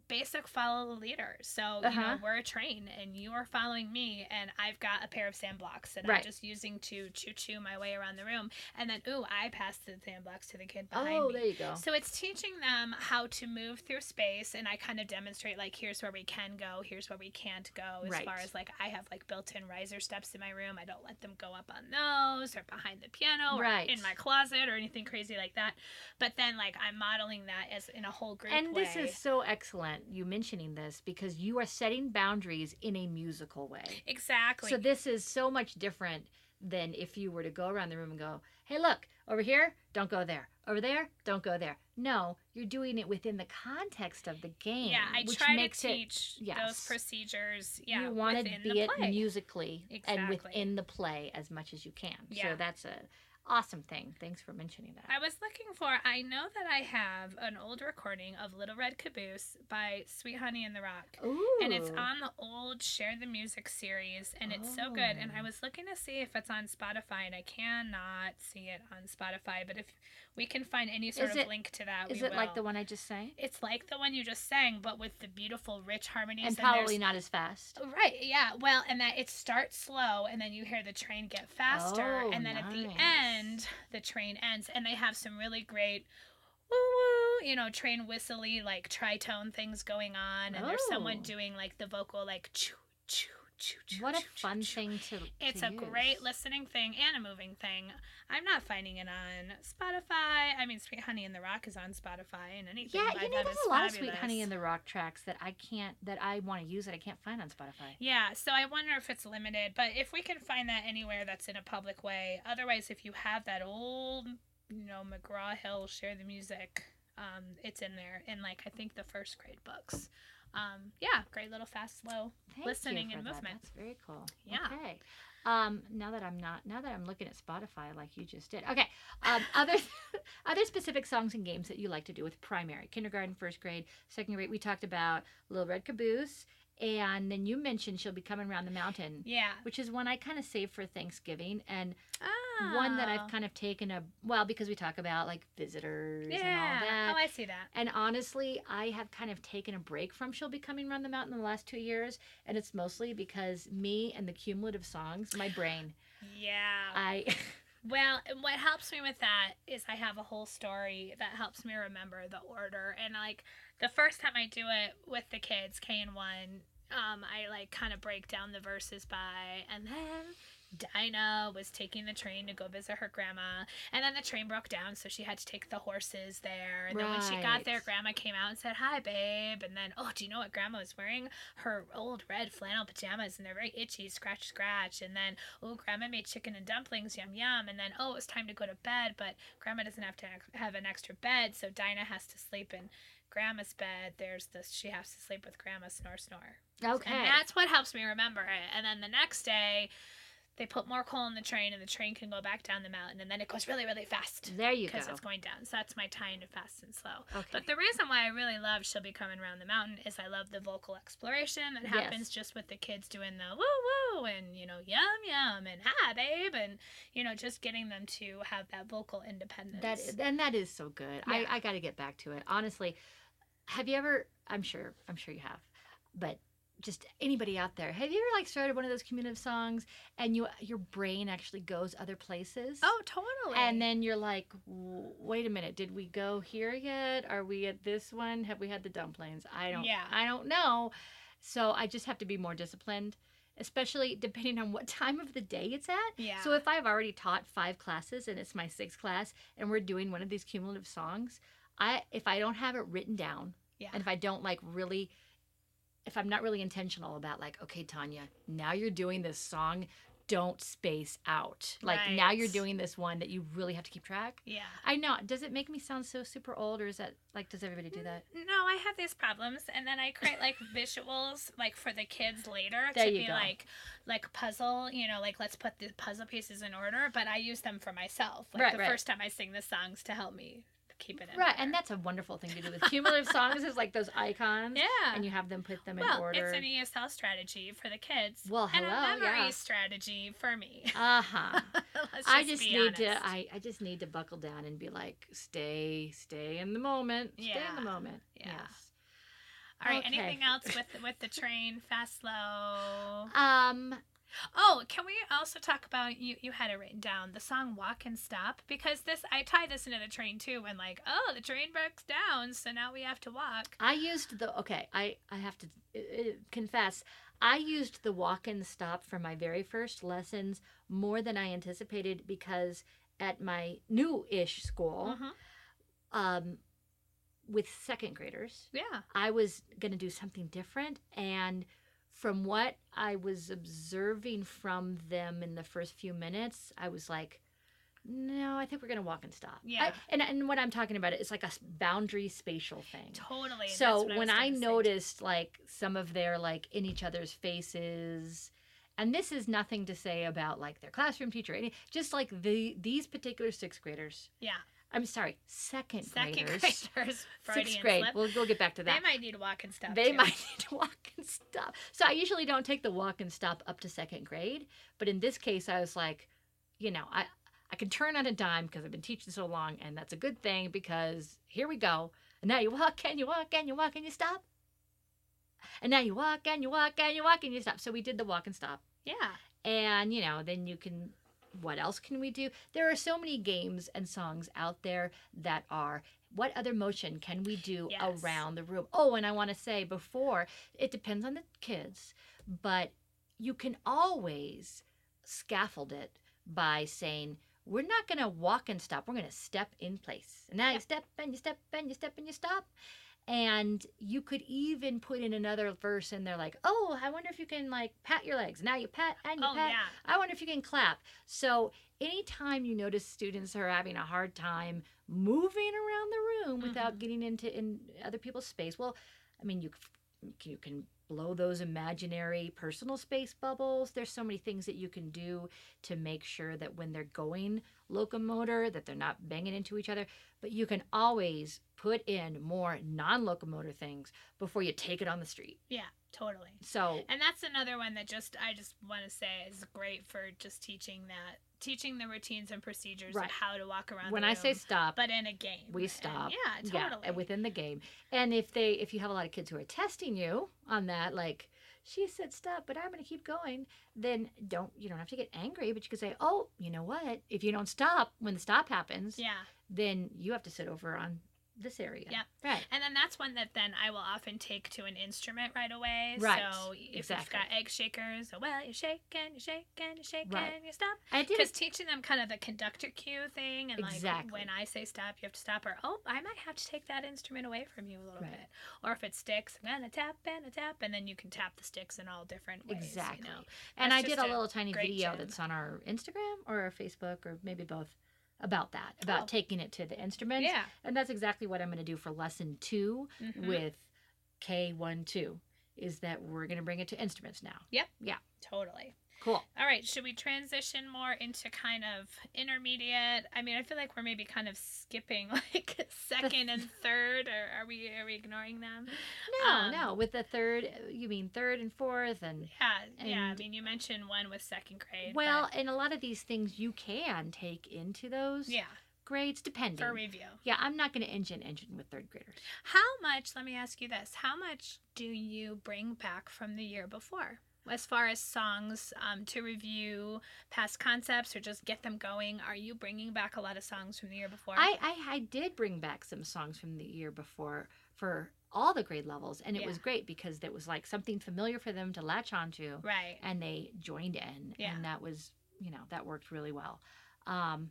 S1: basic follow the leader. So you
S2: Uh-huh.
S1: know we're a train, and you are following me, and I've got a pair of sand blocks, and
S2: Right.
S1: I'm just using to choo choo my way around the room, and then ooh, I pass the sand blocks to the kid behind
S2: oh,
S1: me.
S2: there you go.
S1: So it's teaching them how to move through space, and I kind of demonstrate like here's where we can go, here's where we can't go. As
S2: Right.
S1: far as like I have like built-in riser steps in my room. I don't let them go up on those or behind the piano or
S2: Right.
S1: in my closet or anything crazy like that. But then like I'm modeling that as in a whole group
S2: and
S1: way.
S2: this is so excellent you mentioning this because you are setting boundaries in a musical way.
S1: exactly
S2: So this is so much different than if you were to go around the room and go, "Hey, look, over here, don't go there. Over there, don't go there." No, you're doing it within the context of the game.
S1: yeah. I
S2: which
S1: try to
S2: makes it
S1: teach those
S2: yes.
S1: procedures. Yeah,
S2: you want to
S1: within
S2: be
S1: the
S2: it
S1: play.
S2: musically and
S1: Exactly.
S2: within the play as much as you can.
S1: Yeah.
S2: So that's a awesome thing. Thanks for mentioning that.
S1: I was looking for. I know that I have an old recording of Little Red Caboose by Sweet Honey and the Rock.
S2: Ooh.
S1: And it's on the old Share the Music series, and it's so good. And I
S2: Oh.
S1: was looking to see if it's on Spotify, and I cannot see it on Spotify. But if we can find any sort
S2: Is
S1: of
S2: it-
S1: link to that,
S2: Is
S1: we
S2: it like the
S1: will.
S2: one I just sang?
S1: It's like the one you just sang, but with the beautiful, rich harmonies.
S2: And
S1: there's-
S2: probably not as fast.
S1: Oh, Right, yeah. Well, and that it starts slow and then you hear the train get faster
S2: Oh,
S1: and then at the
S2: nice.
S1: end the train ends and they have some really great woo woo, you know, train whistly like tritone things going on and there's someone
S2: Oh.
S1: doing like the vocal like choo choo choo choo.
S2: What a
S1: choo, choo,
S2: fun
S1: choo.
S2: thing to.
S1: It's
S2: to
S1: a great
S2: use.
S1: listening thing and a moving thing. I'm not finding it on Spotify. I mean, Sweet Honey and the Rock is on Spotify and anything.
S2: Yeah,
S1: by
S2: you know,
S1: them
S2: there's
S1: is
S2: a lot of
S1: fabulous.
S2: Sweet Honey in the Rock tracks that I can't, that I want to use that I can't find on Spotify.
S1: Yeah, so I wonder if it's limited, but if we can find that anywhere that's in a public way. Otherwise, if you have that old, you know, McGraw Hill share the music, um, it's in there in like I think the first grade books. Um, yeah, great little fast slow.
S2: Thank you
S1: Listening
S2: for
S1: and
S2: that.
S1: movement.
S2: That's very cool.
S1: Yeah.
S2: Okay. Um, now that I'm not, now that I'm looking at Spotify like you just did. Okay. Um, other, other specific songs and games that you like to do with primary, kindergarten, first grade, second grade. We talked about Little Red Caboose, and then you mentioned she'll be coming around the mountain.
S1: Yeah,
S2: Which is one I kind of save for Thanksgiving, and Ah. one that
S1: Oh,
S2: I've kind of taken a well because we talk about like visitors
S1: yeah.
S2: and all that.
S1: Oh, I see that.
S2: And honestly, I have kind of taken a break from She'll Be Coming Round the Mountain in the last two years. And it's mostly because me and the cumulative songs, my brain,
S1: Yeah.
S2: I,
S1: Well, and what helps me with that is I have a whole story that helps me remember the order. And like the first time I do it with the kids, K and one, um, I like kind of break down the verses by and then Dinah was taking the train to go visit her grandma, and then the train broke down, so she had to take the horses there. And then when she got there,
S2: Right.
S1: grandma came out and said, Hi, babe. And then, oh, do you know what grandma was wearing? Her old red flannel pajamas, and they're very itchy, scratch, scratch. And then, oh, grandma made chicken and dumplings, yum, yum. And then, oh, it was time to go to bed, but grandma doesn't have to ex- have an extra bed, so Dinah has to sleep in grandma's bed. There's this, she has to sleep with grandma, snore, snore.
S2: okay.
S1: And that's what helps me remember it. And then the next day, they put more coal in the train, and the train can go back down the mountain, and then it goes really, really fast
S2: there you go.
S1: because it's going down. So that's my time to fast and slow.
S2: Okay.
S1: But the reason why I really love She'll Be Coming Round the Mountain is I love the vocal exploration that
S2: Yes.
S1: happens just with the kids doing the woo woo and, you know, yum yum and hi babe and, you know, just getting them to have that vocal independence.
S2: That and that is so good.
S1: Yeah.
S2: I, I got to get back to it. Honestly, have you ever? I'm sure. I'm sure you have. But just anybody out there, have you ever like started one of those community songs and you your brain actually goes other places?
S1: Oh, totally.
S2: And then you're like, "W- wait a minute, did we go here yet? Are we at this one? Have we had the dumplings? I don't.
S1: Yeah.
S2: I don't know. So I just have to be more disciplined, especially depending on what time of the day it's at.
S1: yeah.
S2: So if I've already taught five classes and it's my sixth class and we're doing one of these cumulative songs, I if I don't have it written down
S1: yeah.
S2: and if I don't like really if I'm not really intentional about like, okay, Tanya, now you're doing this song, don't space out. Like now you're
S1: Right.
S2: doing this one that you really have to keep track.
S1: yeah.
S2: I know. Does it make me sound so super old or is that like does everybody do that?
S1: No, I have these problems, and then I create like visuals, like for the kids later
S2: There
S1: to
S2: you
S1: be
S2: go.
S1: like, like puzzle. You know, like let's put the puzzle pieces in order. But I use them for myself. Like
S2: Right,
S1: the
S2: right.
S1: first time I sing the songs to help me keep it in.
S2: Right, and
S1: order.
S2: that's a wonderful thing to do with cumulative songs is like those icons
S1: yeah.
S2: and you have them put them in
S1: well,
S2: order.
S1: it's an ESL strategy for the kids.
S2: well, hello,
S1: and a memory
S2: yeah.
S1: strategy for me.
S2: Uh-huh.
S1: Let's
S2: I just
S1: be
S2: need
S1: honest.
S2: to I, I just need to buckle down and be like, stay, stay in the moment. Stay in
S1: Yeah.
S2: the moment.
S1: Yeah.
S2: Yes.
S1: All right.
S2: Okay.
S1: Anything else with with the train? Fast, slow.
S2: Um,
S1: Oh, can we also talk about you? You had it written down the song "Walk and Stop" because this I tie this into the train too. When like, oh, the train breaks down, so now we have to walk.
S2: I used the okay. I I have to uh, uh, confess. I used the walk and stop for my very first lessons more than I anticipated because at my new-ish school,
S1: Mhm.
S2: um, with second graders,
S1: Yeah.
S2: I was going to do something different. And from what I was observing from them in the first few minutes, I was like, no, I think we're going to walk and stop. I-
S1: Yeah.
S2: and, and what I'm talking about, it's like a s- boundary spatial thing.
S1: Totally. That's
S2: So
S1: what was
S2: when I
S1: gonna say.
S2: noticed like some of their like in each other's faces, and this is nothing to say about like their classroom teacher, any just like the these particular sixth graders.
S1: Yeah.
S2: I'm sorry, second,
S1: second
S2: graders,
S1: graders, Freudian
S2: sixth grade.
S1: slip.
S2: We'll we'll get back to
S1: they
S2: that.
S1: might need walk and stop.
S2: They
S1: too.
S2: might need to walk and stop. So I usually don't take the walk and stop up to second grade, but in this case, I was like, you know, I I can turn on a dime because I've been teaching so long, and that's a good thing because here we go. And now you walk and you walk and you walk and you stop. And now you walk and you walk and you walk and you stop. So we did the walk and stop,
S1: Yeah.
S2: and you know, then you can. What else can we do? There are so many games and songs out there that are what other motion can we do
S1: Yes.
S2: around the room? Oh, and I want to say before, it depends on the kids, but you can always scaffold it by saying, we're not going to walk and stop. We're going to step in place. And now
S1: Yeah.
S2: you step and you step and you step and you stop. And you could even put in another verse and they're like, oh, I wonder if you can like pat your legs. Now you pat and you
S1: Oh
S2: pat.
S1: yeah.
S2: I wonder if you can clap. So, anytime you notice students are having a hard time moving around the room without
S1: Mhm.
S2: getting into in other people's space, well, I mean, you c- you can blow those imaginary personal space bubbles. There's so many things that you can do to make sure that when they're going locomotor, that they're not banging into each other. But you can always put in more non-locomotor things before you take it on the street.
S1: Yeah. Totally.
S2: So,
S1: And that's another one that just I just want to say is great for just teaching that teaching the routines and procedures
S2: Right.
S1: of how to walk around.
S2: when
S1: the
S2: I say
S1: room,
S2: stop,
S1: but in a game,
S2: we
S1: And
S2: stop.
S1: yeah, totally.
S2: Yeah, within the game. And if they if you have a lot of kids who are testing you on that, like she said stop, but I'm gonna keep going, then don't you don't have to get angry, but you can say, Oh, you know what? If you don't stop when the stop happens,
S1: yeah.
S2: then you have to sit over on this area.
S1: Yep.
S2: Right.
S1: And then that's one that then I will often take to an instrument right away.
S2: Right,
S1: So if
S2: exactly.
S1: you've got egg shakers, oh, well, you shake and you shake and you shake
S2: Right.
S1: and you stop.
S2: I did
S1: Because teaching them kind of the conductor cue thing and like
S2: Exactly.
S1: when I say stop, you have to stop or oh, I might have to take that instrument away from you a little
S2: Right.
S1: bit. Or if it's sticks, I'm gonna tap and a tap and then you can tap the sticks in all different ways.
S2: exactly.
S1: You know?
S2: And I
S1: That's
S2: did
S1: just a
S2: a little tiny
S1: great
S2: video
S1: gem.
S2: that's on our Instagram or our Facebook or maybe both about that, about
S1: Oh.
S2: taking it to the instruments.
S1: Yeah.
S2: And that's exactly what I'm going to do for lesson two.
S1: Mhm.
S2: with K12 is that we're going to bring it to instruments now.
S1: totally.
S2: Cool.
S1: All right, should we transition more into kind of intermediate? I mean, I feel like we're maybe kind of skipping like second and third, or are we are we ignoring them?
S2: No,
S1: Um,
S2: no, with the third, you mean third and fourth and
S1: Yeah, yeah. I
S2: And-
S1: mean, you mentioned one with second grade.
S2: well, and a lot of these things you can take into
S1: but-
S2: those
S1: yeah,
S2: grades depending.
S1: for review.
S2: yeah, I'm not going to engine engine with third graders.
S1: How much? Let me ask you this: How much do you bring back from the year before, as far as songs um, to review, past concepts, or just get them going? Are you bringing back a lot of songs from the year before?
S2: I, I I did bring back some songs from the year before for all the grade levels and it
S1: Yeah.
S2: was great because it was like something familiar for them to latch onto.
S1: right.
S2: and they joined in
S1: Yeah.
S2: and that was you know that worked really well um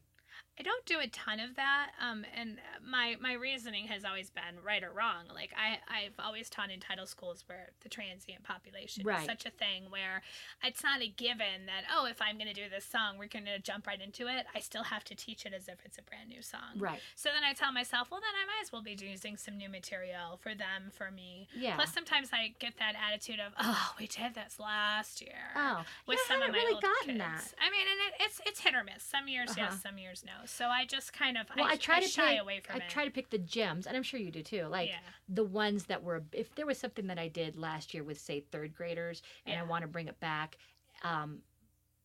S1: I don't do a ton of that, um, and my my reasoning has always been right or wrong. Like I I've always taught in title schools where the transient population
S2: Right.
S1: is such a thing where it's not a given that oh if I'm gonna do this song we're gonna jump right into it. I still have to teach it as if it's a brand new song.
S2: right
S1: So then I tell myself, well then I might as well be using some new material for them for me.
S2: yeah
S1: Plus sometimes I get that attitude of oh we did this last year
S2: oh
S1: with
S2: yeah,
S1: some of
S2: I haven't
S1: my
S2: really
S1: old
S2: gotten
S1: kids.
S2: that
S1: I mean, and it, it's it's hit or miss. Some years
S2: Uh-huh.
S1: yes, some years no. So I just kind of
S2: Well,
S1: I,
S2: I try to
S1: shy
S2: pick-
S1: away from
S2: i
S1: it.
S2: try to pick the gems and i'm sure you do too like
S1: yeah,
S2: the ones that were if there was something that i did last year with say third graders and i
S1: Yeah.
S2: want to bring it back um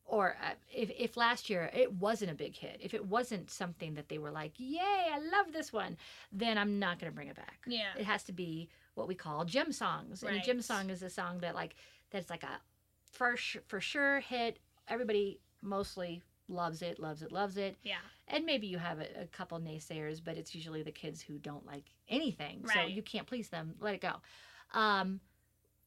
S2: or uh, if, if last year it wasn't a big hit if it wasn't something that they were like yay i love this one then i'm not going to bring it back
S1: yeah,
S2: it has to be what we call gym songs. And a gym
S1: Right.
S2: song is a song that like that's like a for sh- for sure hit. Everybody mostly loves it, loves it, loves it.
S1: Yeah.
S2: And maybe you have a, a couple naysayers, but it's usually the kids who don't like anything. So
S1: Right.
S2: you can't please them. Let it go. Um,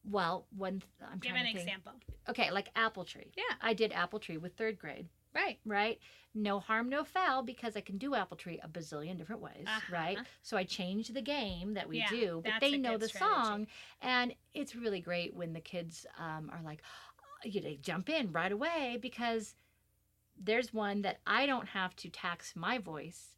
S2: well, one th- I'm
S1: Give
S2: trying
S1: an
S2: to think.
S1: example.
S2: Okay, like apple tree.
S1: Yeah.
S2: I did apple tree with third grade
S1: Right.
S2: right? No harm, no foul, because I can do apple tree a bazillion different ways, right?
S1: Uh-huh.
S2: So I change the game that we
S1: Yeah,
S2: do, but
S1: that's
S2: they
S1: a
S2: know
S1: good
S2: the
S1: strategy.
S2: song, and it's really great when the kids um, are like, you know, they jump in right away because there's one that I don't have to tax my voice.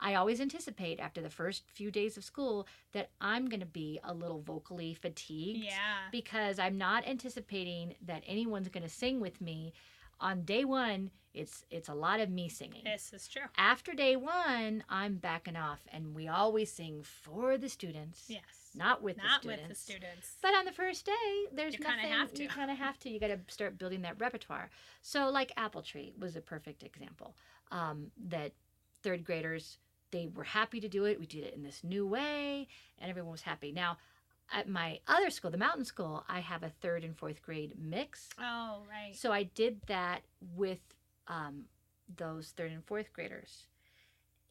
S2: I always anticipate after the first few days of school that I'm going to be a little vocally fatigued
S1: Yeah.
S2: because I'm not anticipating that anyone's going to sing with me. On day one, it's it's a lot of me singing.
S1: This is true.
S2: After day one, I'm backing off, and we always sing for the students,
S1: Yes.
S2: not with
S1: Not
S2: the
S1: with
S2: students.
S1: the students.
S2: But on the first day, there's
S1: You
S2: nothing.
S1: kinda have to.
S2: You kind of have to. You got to start building that repertoire. So, like apple tree was a perfect example. Um, that third graders they were happy to do it. We did it in this new way, and everyone was happy. Now, at my other school, the mountain school, I have a third and fourth grade mix.
S1: oh, right.
S2: So I did that with um, those third and fourth graders,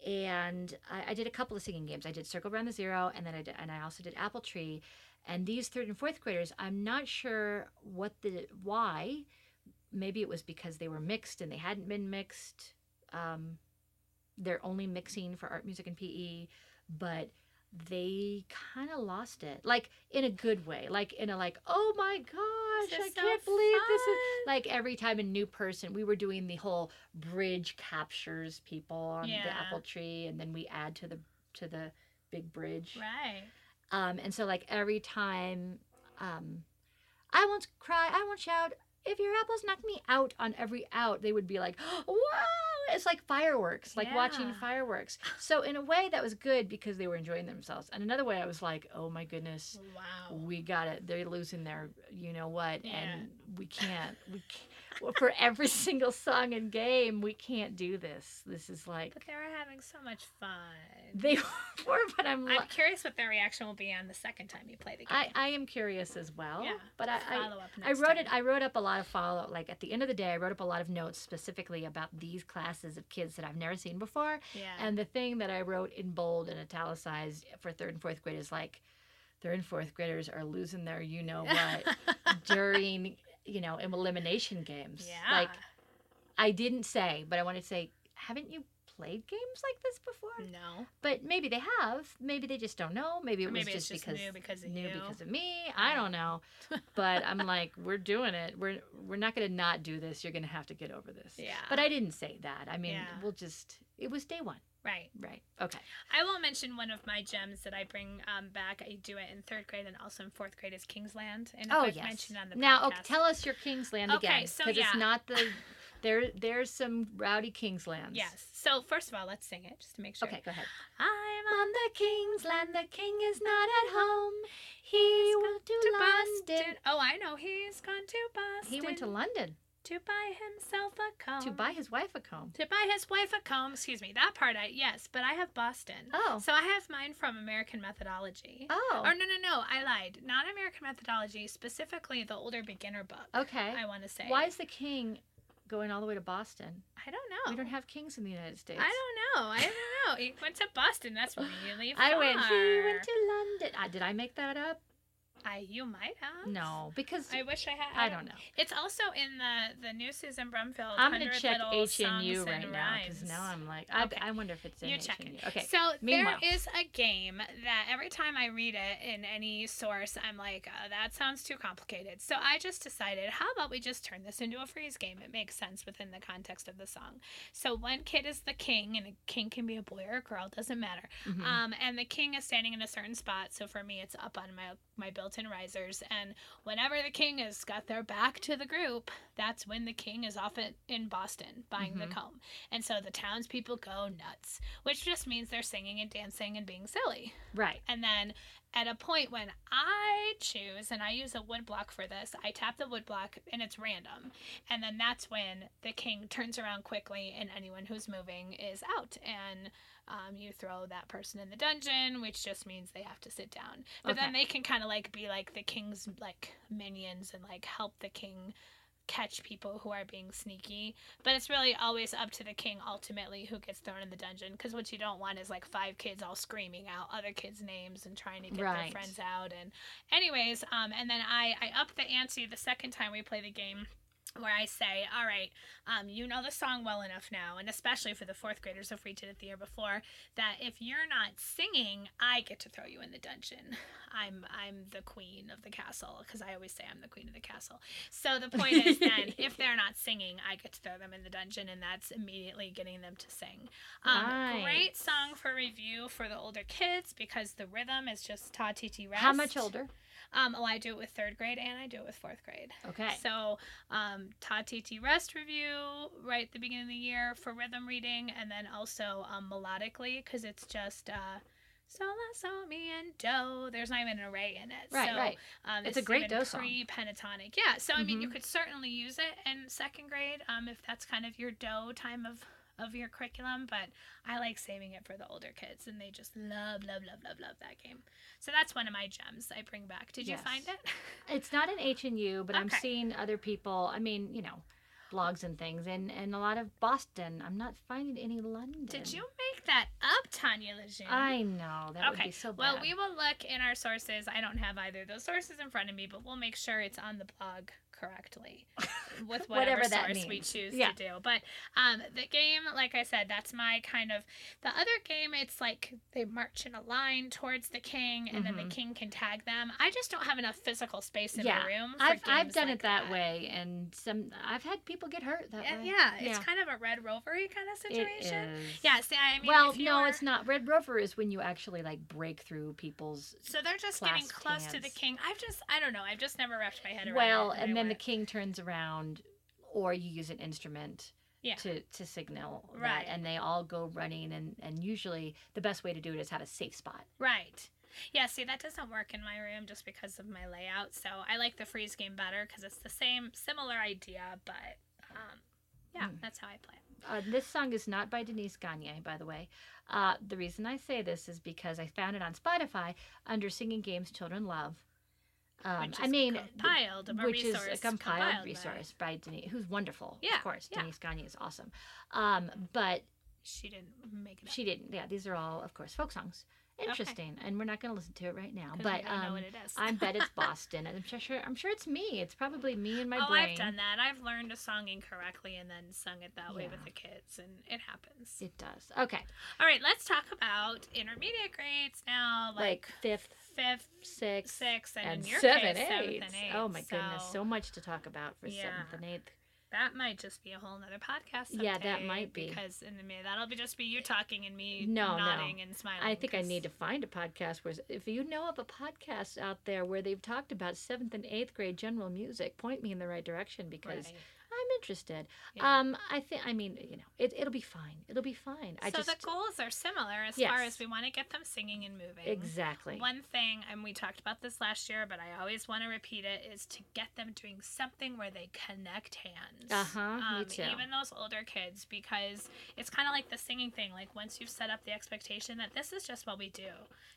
S2: and I, I did a couple of singing games. I did Circle Around the Zero, and then I did, and I also did Apple Tree. And these third and fourth graders, I'm not sure what the why. Maybe it was because they were mixed and they hadn't been mixed. Um, they're only mixing for art, music, and PE, but they kind of lost it, like in a good way, like in a like, oh my gosh,
S1: This
S2: I
S1: is so
S2: can't believe this is
S1: fun.
S2: like every time a new person we were doing the whole bridge captures people on the
S1: Yeah.
S2: apple tree and then we add to the to the big bridge
S1: Right.
S2: um and so like every time um i won't cry i won't shout if your apples knock me out on every out they would be like wow it's like fireworks like watching
S1: Yeah.
S2: fireworks so in a way that was good because they were enjoying themselves and another way i was like oh my goodness
S1: Wow.
S2: we got it. They're losing their, you know what,
S1: Yeah.
S2: and we can't. We can't, well, for every single song and game, we can't do this. This is like
S1: But they were having so much fun.
S2: they were, but I'm, li-
S1: I'm curious what their reaction will be on the second time you play the game.
S2: I, I am curious as well.
S1: Yeah.
S2: But I, I,
S1: Follow up
S2: I
S1: next
S2: wrote
S1: time.
S2: it. I wrote up a lot of follow. Like at the end of the day, I wrote up a lot of notes specifically about these classes of kids that I've never seen before.
S1: yeah.
S2: And the thing that I wrote in bold and italicized for third and fourth grade is like, third and fourth graders are losing their, you know what. during you know elimination games
S1: yeah.
S2: like i didn't say but i wanted to say haven't you played games like this before
S1: no.
S2: but maybe they have maybe they just don't know maybe it
S1: Mm. Or
S2: was
S1: maybe
S2: just,
S1: it's just
S2: because
S1: new because of
S2: new
S1: you.
S2: because of me i don't know but i'm like we're doing it we're we're not going to not do this you're going to have to get over this
S1: Yeah.
S2: but i didn't say that i mean
S1: Yeah.
S2: we'll just it was day one
S1: Right.
S2: right okay
S1: I will mention one of my gems that I bring um, back. I do it in third grade and also in fourth grade is Kingsland. And if
S2: oh
S1: I've
S2: yes
S1: mentioned on the
S2: now
S1: podcast,
S2: okay, tell us your kingsland
S1: Okay,
S2: again
S1: so
S2: it's
S1: yeah.
S2: not the there there's some rowdy kingslands
S1: Yes. So first of all, let's sing it just to make sure.
S2: Okay, go ahead.
S1: I'm
S2: On the king's land, the king is not at home. He went to London.
S1: Oh, I know. He's gone to Boston.
S2: He went to London
S1: to buy himself a comb.
S2: to buy his wife a comb.
S1: to buy his wife a comb. Excuse me, that part I yes, but I have Boston.
S2: Oh,
S1: So I have mine from American Methodology. Or
S2: oh,
S1: no, no, no, I lied. Not American Methodology, specifically the older beginner book.
S2: okay.
S1: I want to say.
S2: Why is the king going all the way to Boston?
S1: I don't know.
S2: We don't have kings in the United States.
S1: Oh. I don't know. I don't know. He went to Boston. That's really far.
S2: I went. He went to London. Uh, did I make that up?
S1: I you might have.
S2: No, because
S1: I wish I had.
S2: I don't know.
S1: It's also in the the new Susan Brumfield.
S2: I'm gonna
S1: 100
S2: check
S1: Little
S2: HNU
S1: Songs
S2: right
S1: and
S2: now because
S1: Rhymes.
S2: now I'm like, I,
S1: Okay.
S2: I wonder if it's in
S1: You check
S2: HNU. Okay.
S1: So
S2: Meanwhile.
S1: there is a game that every time I read it in any source, I'm like, oh, that sounds too complicated. So I just decided, how about we just turn this into a freeze game? It makes sense within the context of the song. So one kid is the king, and a king can be a boy or a girl, doesn't matter.
S2: Mhm.
S1: Um, and the king is standing in a certain spot. So for me, it's up on my my built-in risers. And whenever the king has got their back to the group, that's when the king is off at, in Boston buying
S2: Mhm.
S1: the comb. And so the townspeople go nuts, which just means they're singing and dancing and being silly.
S2: right.
S1: And then at a point when I choose, and I use a wood block for this, I tap the wood block and it's random. And then that's when the king turns around quickly and anyone who's moving is out. And um, you throw that person in the dungeon, which just means they have to sit down. But then they can kind of like be like the king's like minions and like help the king catch people who are being sneaky. But it's really always up to the king ultimately who gets thrown in the dungeon because what you don't want is like five kids all screaming out other kids' names and trying to get their
S2: Right.
S1: friends out. And, anyways, um, and then I I up the ante the second time we play the game. Where I say, all right, um, you know the song well enough now, and especially for the fourth graders, if we did it the year before, that if you're not singing, I get to throw you in the dungeon. I'm I'm the queen of the castle because I always say I'm the queen of the castle. So the point is then if they're not singing, I get to throw them in the dungeon, and that's immediately getting them to sing. Um,
S2: Nice.
S1: Great song for review for the older kids because the rhythm is just ta ti ti rest.
S2: How much older?
S1: Um, well, I do it with third grade and I do it with fourth grade.
S2: Okay.
S1: So, um, Tatiti Rest review right at the beginning of the year for rhythm reading, and then also um, melodically because it's just uh, so la so mi and do. There's not even an array in it.
S2: right,
S1: so,
S2: right.
S1: Um,
S2: It's a great
S1: even
S2: do song. Mm-hmm.
S1: Pre-pentatonic, yeah. So I mean, you could certainly use it in second grade um, if that's kind of your do time of of your curriculum. But I like saving it for the older kids, and they just love, love, love, love, love that game. So that's one of my gems I bring back. Did you
S2: Yes.
S1: find it?
S2: It's not an H and U, but I'm
S1: Okay.
S2: seeing other people. I mean, you know, blogs and things, and and a lot of Boston. I'm not finding any London.
S1: Did you make that up, Tanya Lejeune?
S2: I know that would
S1: Okay,
S2: be so bad.
S1: Well, we will look in our sources. I don't have either of those sources in front of me, but we'll make sure it's on the blog correctly with whatever,
S2: Whatever that
S1: source we
S2: means.
S1: choose
S2: Yeah.
S1: to do. But um, the game, like I said, that's my kind of the other game. It's like they march in a line towards the king, and then
S2: Mhm.
S1: the king can tag them. I just don't have enough physical space in
S2: Yeah,
S1: my room. For
S2: I've I've
S1: games
S2: done
S1: like
S2: it that, way, and some I've had people get hurt that
S1: Yeah,
S2: way.
S1: yeah, it's
S2: Yeah.
S1: kind of a red rovery kind of
S2: It is.
S1: situation. Yeah, see, I mean,
S2: well,
S1: if you
S2: no,
S1: were-
S2: it's not. Red Rover is when you actually like break through people's.
S1: So they're just getting
S2: clasped
S1: close to the
S2: hands.
S1: king. I've just, I don't know. I've just never wrapped my head around.
S2: Well,
S1: it,
S2: and
S1: I
S2: then the
S1: went,
S2: king turns around, or you use an instrument
S1: Yeah.
S2: to to signal
S1: Right.
S2: that, and they all go running. And and usually the best way to do it is have a safe spot.
S1: right. Yeah, see, that doesn't work in my room just because of my layout. So I like the freeze game better because it's the same, similar idea, but um, yeah,
S2: Mm.
S1: that's how I play it.
S2: Uh, this song is not by Denise Gagne, by the way. Uh, the reason I say this is because I found it on Spotify under Singing Games Children Love. Um,
S1: Which
S2: I
S1: is
S2: mean,
S1: compiled of a
S2: which
S1: resource
S2: is a compiled,
S1: compiled by-
S2: resource by Denise, who's wonderful.
S1: Yeah,
S2: of course,
S1: yeah.
S2: Denise Gagne is awesome. Um, but
S1: She didn't make it.
S2: she didn't. Yeah, these are all, of course, folk songs. Interesting, and we're not going to listen to it right now.
S1: up 'cause we
S2: But
S1: don't know
S2: um,
S1: what it is.
S2: I bet it's Boston, and I'm sure, sure I'm sure it's me. It's probably me and my
S1: oh,
S2: brain.
S1: I've done that. I've learned a song incorrectly and then sung it that way
S2: Yeah.
S1: with the kids, and it happens.
S2: It does. Okay,
S1: All right, let's talk about intermediate grades now,
S2: like,
S1: like,
S2: fifth,
S1: fifth,
S2: sixth,
S1: six, and,
S2: and
S1: in your
S2: seven,
S1: case,
S2: eight.
S1: seventh and eight.
S2: Oh my goodness,
S1: So
S2: so much to talk about for seventh
S1: Yeah.
S2: and eighth.
S1: that might just be a whole nother podcast.
S2: Yeah, that
S1: someday,
S2: might be.
S1: because in the minute that'll be just be you talking and me
S2: No, no.
S1: nodding and smiling.
S2: I think I
S1: 'cause-
S2: need to find a podcast where, if you know of a podcast out there where they've talked about seventh and eighth grade general music, point me in the right direction because
S1: Right.
S2: I'm interested.
S1: Yeah.
S2: Um, I think I mean you know it, it'll be fine. It'll be fine. I
S1: so
S2: just
S1: the goals are similar as far
S2: Yes.
S1: as we want to get them singing and moving.
S2: exactly
S1: One thing, and we talked about this last year, but I always want to repeat it, is to get them doing something where they connect hands.
S2: Uh-huh, me
S1: Um,
S2: too.
S1: Even those older kids, because it's kind of like the singing thing. Like once you've set up the expectation that this is just what we do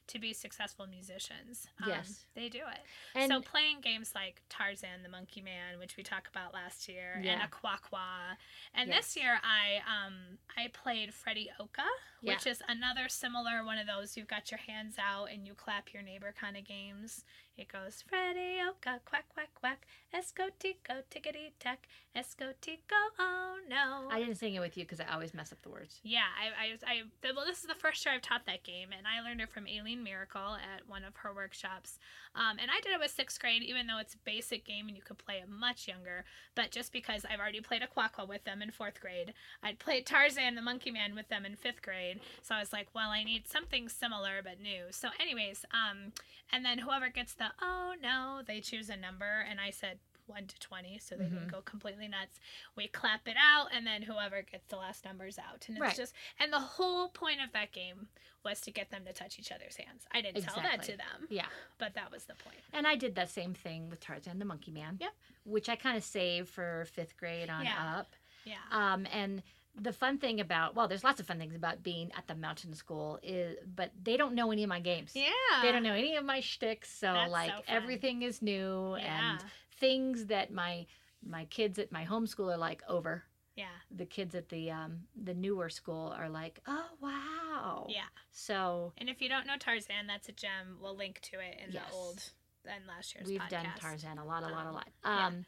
S1: to be successful musicians, um,
S2: Yes.
S1: they do it.
S2: and
S1: so playing games like Tarzan the Monkey Man, which we talked about last year,
S2: Yeah.
S1: and Aquaqua, and
S2: Yes.
S1: this year I um I played Freddie Oka,
S2: Yeah.
S1: which is another similar one of those you've got your hands out and you clap your neighbor kind of games. It goes Freddie Oka quack quack quack, esco tico tickety tack, esco tico oh no.
S2: I didn't sing it with you because I always mess up the words.
S1: Yeah, I, I, I, th- well, this is the first year I've taught that game, and I learned it from Aileen Miracle at one of her workshops. Um, and I did it with sixth grade, even though it's a basic game and you could play it much younger. But just because I've already played a Quaqua with them in fourth grade, I'd played Tarzan the Monkey Man with them in fifth grade. So I was like, well, I need something similar but new. So, anyways, um, and then whoever gets the oh no, they choose a number, and I said 1 to 20 so they didn't go completely nuts we clap it out and then whoever gets the last numbers out and it's
S2: Right.
S1: just and the whole point of that game was to get them to touch each other's hands i didn't tell that
S2: Exactly.
S1: to them
S2: Yeah.
S1: but that was the point
S2: And I did that same thing with Tarzan the Monkey Man.
S1: Yep.
S2: Which I kind of saved for fifth grade on
S1: Yeah.
S2: up.
S1: yeah
S2: Um, and the fun thing about well, there's lots of fun things about being at the mountain school is, but they don't know any of my games.
S1: yeah
S2: They don't know any of my shticks, so
S1: That's
S2: like
S1: so fun.
S2: everything is new
S1: yeah
S2: and things that my my kids at my homeschool are like over.
S1: yeah
S2: The kids at the um the newer school are like, oh wow.
S1: Yeah.
S2: So
S1: and if you don't know tarzan that's a gem we'll link to it in
S2: Yes.
S1: the old and last year's
S2: we've
S1: podcast.
S2: done Tarzan a lot, a lot, a
S1: Um,
S2: lot.
S1: yeah.
S2: Um,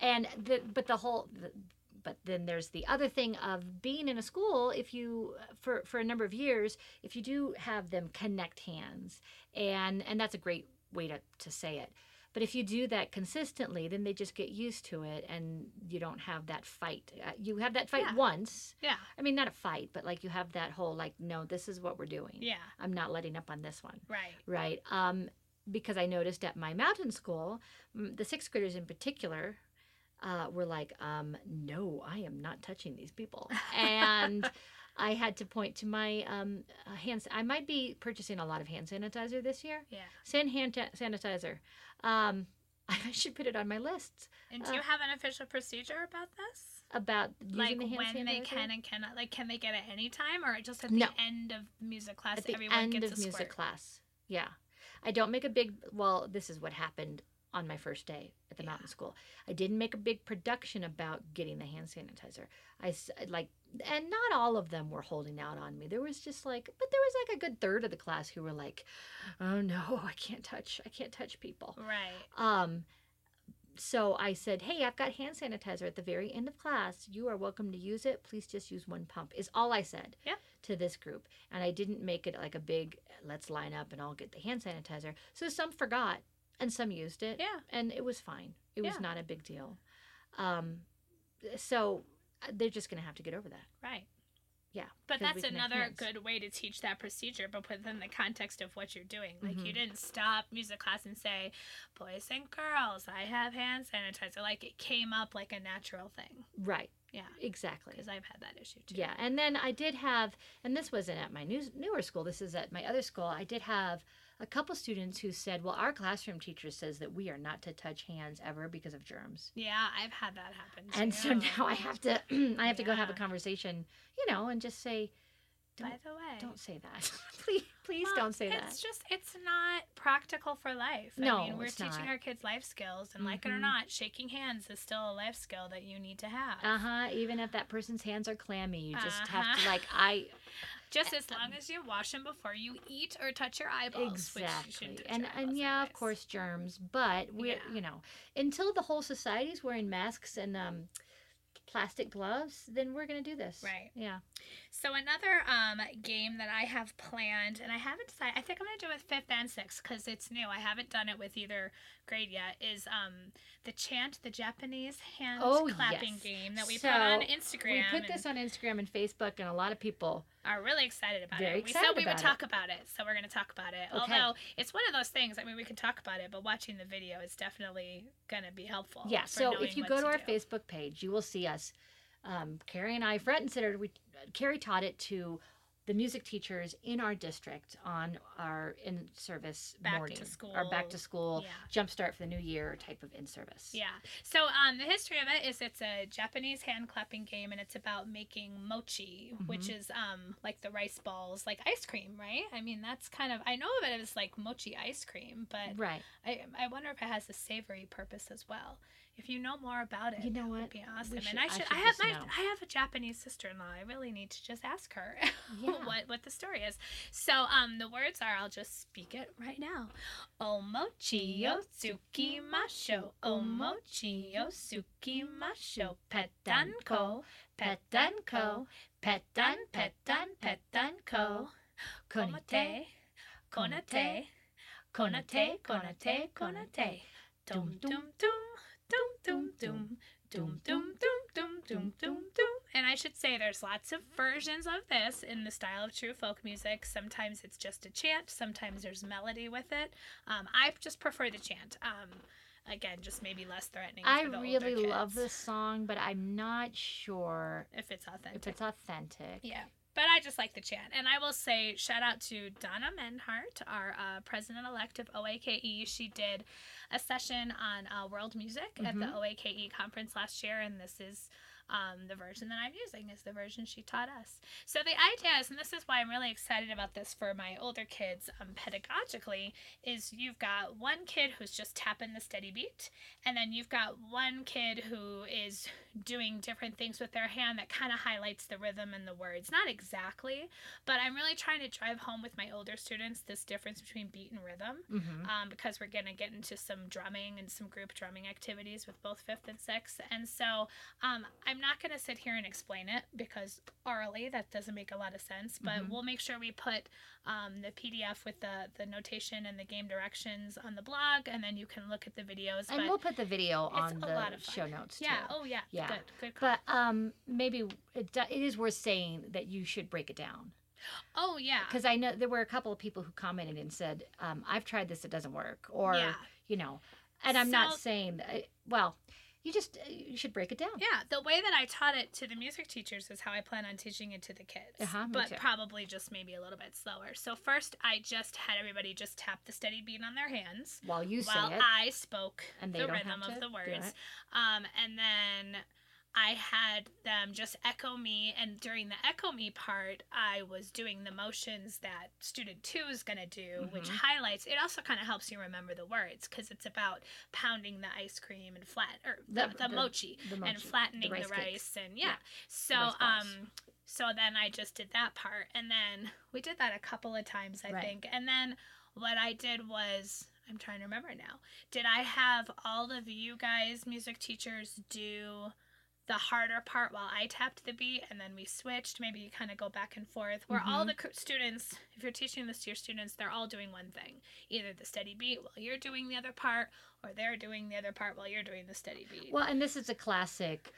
S2: and the but the whole. The, but then there's the other thing of being in a school if you for for a number of years if you do have them connect hands and and that's a great way to, to say it but if you do that consistently then they just get used to it and you don't have that fight Uh, you have that fight
S1: Yeah.
S2: once
S1: yeah
S2: i mean not a fight but like you have that whole like no this is what we're doing
S1: yeah
S2: i'm not letting up on this one
S1: right
S2: right? Um, because I noticed at my mountain school, m- the sixth graders in particular uh, were like, um, "No, I am not touching these people," and I had to point to my um, uh, hands. I might be purchasing a lot of hand sanitizer this year.
S1: yeah
S2: Send hand ta- sanitizer. Um, I should put it on my list
S1: and do you
S2: Uh,
S1: have an official procedure about this
S2: about using
S1: like
S2: the hand
S1: when
S2: sanitizer.
S1: they can and cannot like can they get it any time or just at the
S2: No.
S1: end of music class
S2: at the
S1: everyone
S2: end
S1: gets
S2: of
S1: a
S2: music
S1: squirt
S2: class. Yeah, I don't make a big. Well, this is what happened on my first day at the
S1: Yeah.
S2: mountain school. I didn't make a big production about getting the hand sanitizer. I s- like, and not all of them were holding out on me. There was just like, but there was like a good third of the class who were like, "Oh no, I can't touch. I can't touch people."
S1: right
S2: Um, so I said, "Hey, I've got hand sanitizer at the very end of class. You are welcome to use it. Please just use one pump." Is all I said
S1: Yeah.
S2: to this group, and I didn't make it like a big "let's line up and all get the hand sanitizer." So some forgot and some used it,
S1: yeah
S2: and it was fine. It
S1: Yeah.
S2: was not a big deal. Um, so uh, they're just gonna have to get over that.
S1: right
S2: Yeah,
S1: but
S2: 'cause we
S1: that's
S2: connect
S1: another
S2: hands.
S1: good way to teach that procedure but within the context of what you're doing like you
S2: Mhm.
S1: didn't stop music class and say boys and girls i have hand sanitizer like it came up like a natural thing
S2: Right.
S1: yeah
S2: Exactly.
S1: because i've had that issue too
S2: Yeah, and then I did have, and this wasn't at my new, newer school. This is at my other school. I did have a couple students who said, "Well, our classroom teacher says that we are not to touch hands ever because of germs."
S1: yeah i've had that happen too.
S2: And so now I have to, I have to go have a
S1: Yeah.
S2: conversation, you know, and just say,
S1: by
S2: don't-
S1: the way
S2: "Don't say that, please, please
S1: Well,
S2: don't say that."
S1: It's just it's not practical for life.
S2: No,
S1: I mean, we're
S2: it's
S1: teaching
S2: not.
S1: our kids life skills, and like it or
S2: Mhm.
S1: not, shaking hands is still a life skill that you need to have.
S2: Uh huh. Even if that person's hands are clammy, you just have to
S1: Uh-huh.
S2: like I
S1: Just
S2: Eh,
S1: as long as you wash them before you eat or touch your eyeballs, which you shouldn't
S2: exactly.
S1: touch
S2: And
S1: your
S2: and
S1: eyeballs
S2: yeah, of
S1: anyways.
S2: course germs, but we are
S1: Yeah.
S2: you know, until the whole society's wearing masks and um plastic gloves, then we're going to do this.
S1: Right.
S2: Yeah.
S1: So another um, game that I have planned, and I haven't decided. I think I'm gonna do it with fifth and sixth because it's new. I haven't done it with either grade yet. Is um, the chant, the Japanese hand
S2: Oh,
S1: clapping
S2: yes.
S1: game that we put on
S2: So,
S1: Instagram.
S2: We
S1: and-
S2: put this on Instagram and Facebook and a lot of people
S1: are really excited about
S2: Very
S1: it. We
S2: excited
S1: said we would
S2: about it.
S1: talk about it, so we're going to talk about it.
S2: Okay.
S1: Although it's one of those things. I mean, we can talk about it, but watching the video is definitely going to be helpful.
S2: Yeah,
S1: for
S2: so
S1: knowing
S2: if you
S1: what
S2: go to, our
S1: do.
S2: Facebook page, you will see us um, Carrie and I front and center we Carrie taught it to the music teachers in our district on our in service
S1: Back to
S2: morning our
S1: school.
S2: back to school
S1: Yeah.
S2: jumpstart for the new year type of in service.
S1: Yeah. So um, the history of it is it's a Japanese hand clapping game, and it's about making mochi, which
S2: Mm-hmm.
S1: is um like the rice balls, like ice cream, right? I mean, that's kind of I know of it as like mochi ice cream, but
S2: Right.
S1: I I wonder if it has a savory purpose as well. If you know more about it,
S2: You know
S1: that
S2: what?
S1: would be awesome.
S2: should-
S1: and I
S2: I
S1: should
S2: should
S1: I, have
S2: just
S1: my
S2: know.
S1: I have a Japanese sister in law. I really need to just ask her
S2: Yeah.
S1: what what the story is. So um the words are I'll just speak it right now. Omochi yo tsukimasho, omochi yo tsukimasho, petanko, petanko, petan petan petanko, konate, konate, konate, konate, konate, dum dum dum, dum dum dum. Doom, doom, doom, doom, doom, doom, doom, doom. and I should say there's lots of versions of this in the style of true folk music. Sometimes it's just a chant, sometimes there's melody with it. Um, I just prefer the chant. Um, again, just maybe less threatening.
S2: I
S1: for the older
S2: really love
S1: kids,
S2: this song, but I'm not sure
S1: If it's authentic.
S2: if it's authentic.
S1: Yeah. But I just like the chant. And I will say, shout out to Donna Menhart, our uh, president elect of OAKE. E. She did a session on uh, world music at the
S2: Mhm.
S1: OAKE E conference last year. And this is um, the version that I'm using, is the version she taught us. So the idea is, and this is why I'm really excited about this for my older kids um, pedagogically, is you've got one kid who's just tapping the steady beat, and then you've got one kid who is doing different things with their hand that kind of highlights the rhythm and the words. Not exactly, but I'm really trying to drive home with my older students this difference between beat and rhythm
S2: Mm-hmm.
S1: um, because we're going to get into some drumming and some group drumming activities with both fifth and sixth. And so um, I'm not going to sit here and explain it because orally that doesn't make a lot of sense, but
S2: Mhm.
S1: we'll make sure we put um, the PDF with the, the notation and the game directions on the blog, and then you can look at the videos.
S2: And
S1: but
S2: we'll put the video on
S1: a
S2: the
S1: lot of fun.
S2: show notes
S1: yeah,
S2: too.
S1: oh yeah,
S2: Yeah.
S1: good, good call.
S2: But um, maybe it, do- it is worth saying that you should break it down
S1: oh yeah,
S2: because I know there were a couple of people who commented and said, um, "I've tried this; it doesn't work," or
S1: yeah.
S2: you know, and I'm not
S1: So-
S2: saying. uh, Well, you just uh, you should break it down.
S1: Yeah, the way that I taught it to the music teachers is how I plan on teaching it to the kids,
S2: Uh-huh, me
S1: but
S2: too.
S1: probably just maybe a little bit slower. So first, I just had everybody just tap the steady beat on their hands
S2: While you say
S1: while
S2: it,
S1: I spoke
S2: and they
S1: the
S2: don't
S1: rhythm
S2: have to
S1: of the
S2: do
S1: words,
S2: it.
S1: um, and then I had them just echo me. And during the echo me part, I was doing the motions that student two is going to do, which
S2: Mhm.
S1: highlights. It also kind of helps you remember the words because it's about pounding the ice cream and flat or
S2: The-
S1: the, the,
S2: the-
S1: mochi
S2: the
S1: and
S2: motion.
S1: flattening the rice,
S2: rice cakes.
S1: and yeah.
S2: Yeah,
S1: So
S2: rice balls.
S1: um so then I just did that part and then we did that a couple of times I
S2: Right.
S1: think. And then what I did was I'm trying to remember now. Did I have all of you guys music teachers do the harder part while I tapped the beat and then we switched. Maybe you kind of go back and forth. Where all
S2: Mm-hmm.
S1: the cr- students, if you're teaching this to your students, they're all doing one thing either the steady beat while you're doing the other part, or they're doing the other part while you're doing the steady beat.
S2: Well, and this is a classic.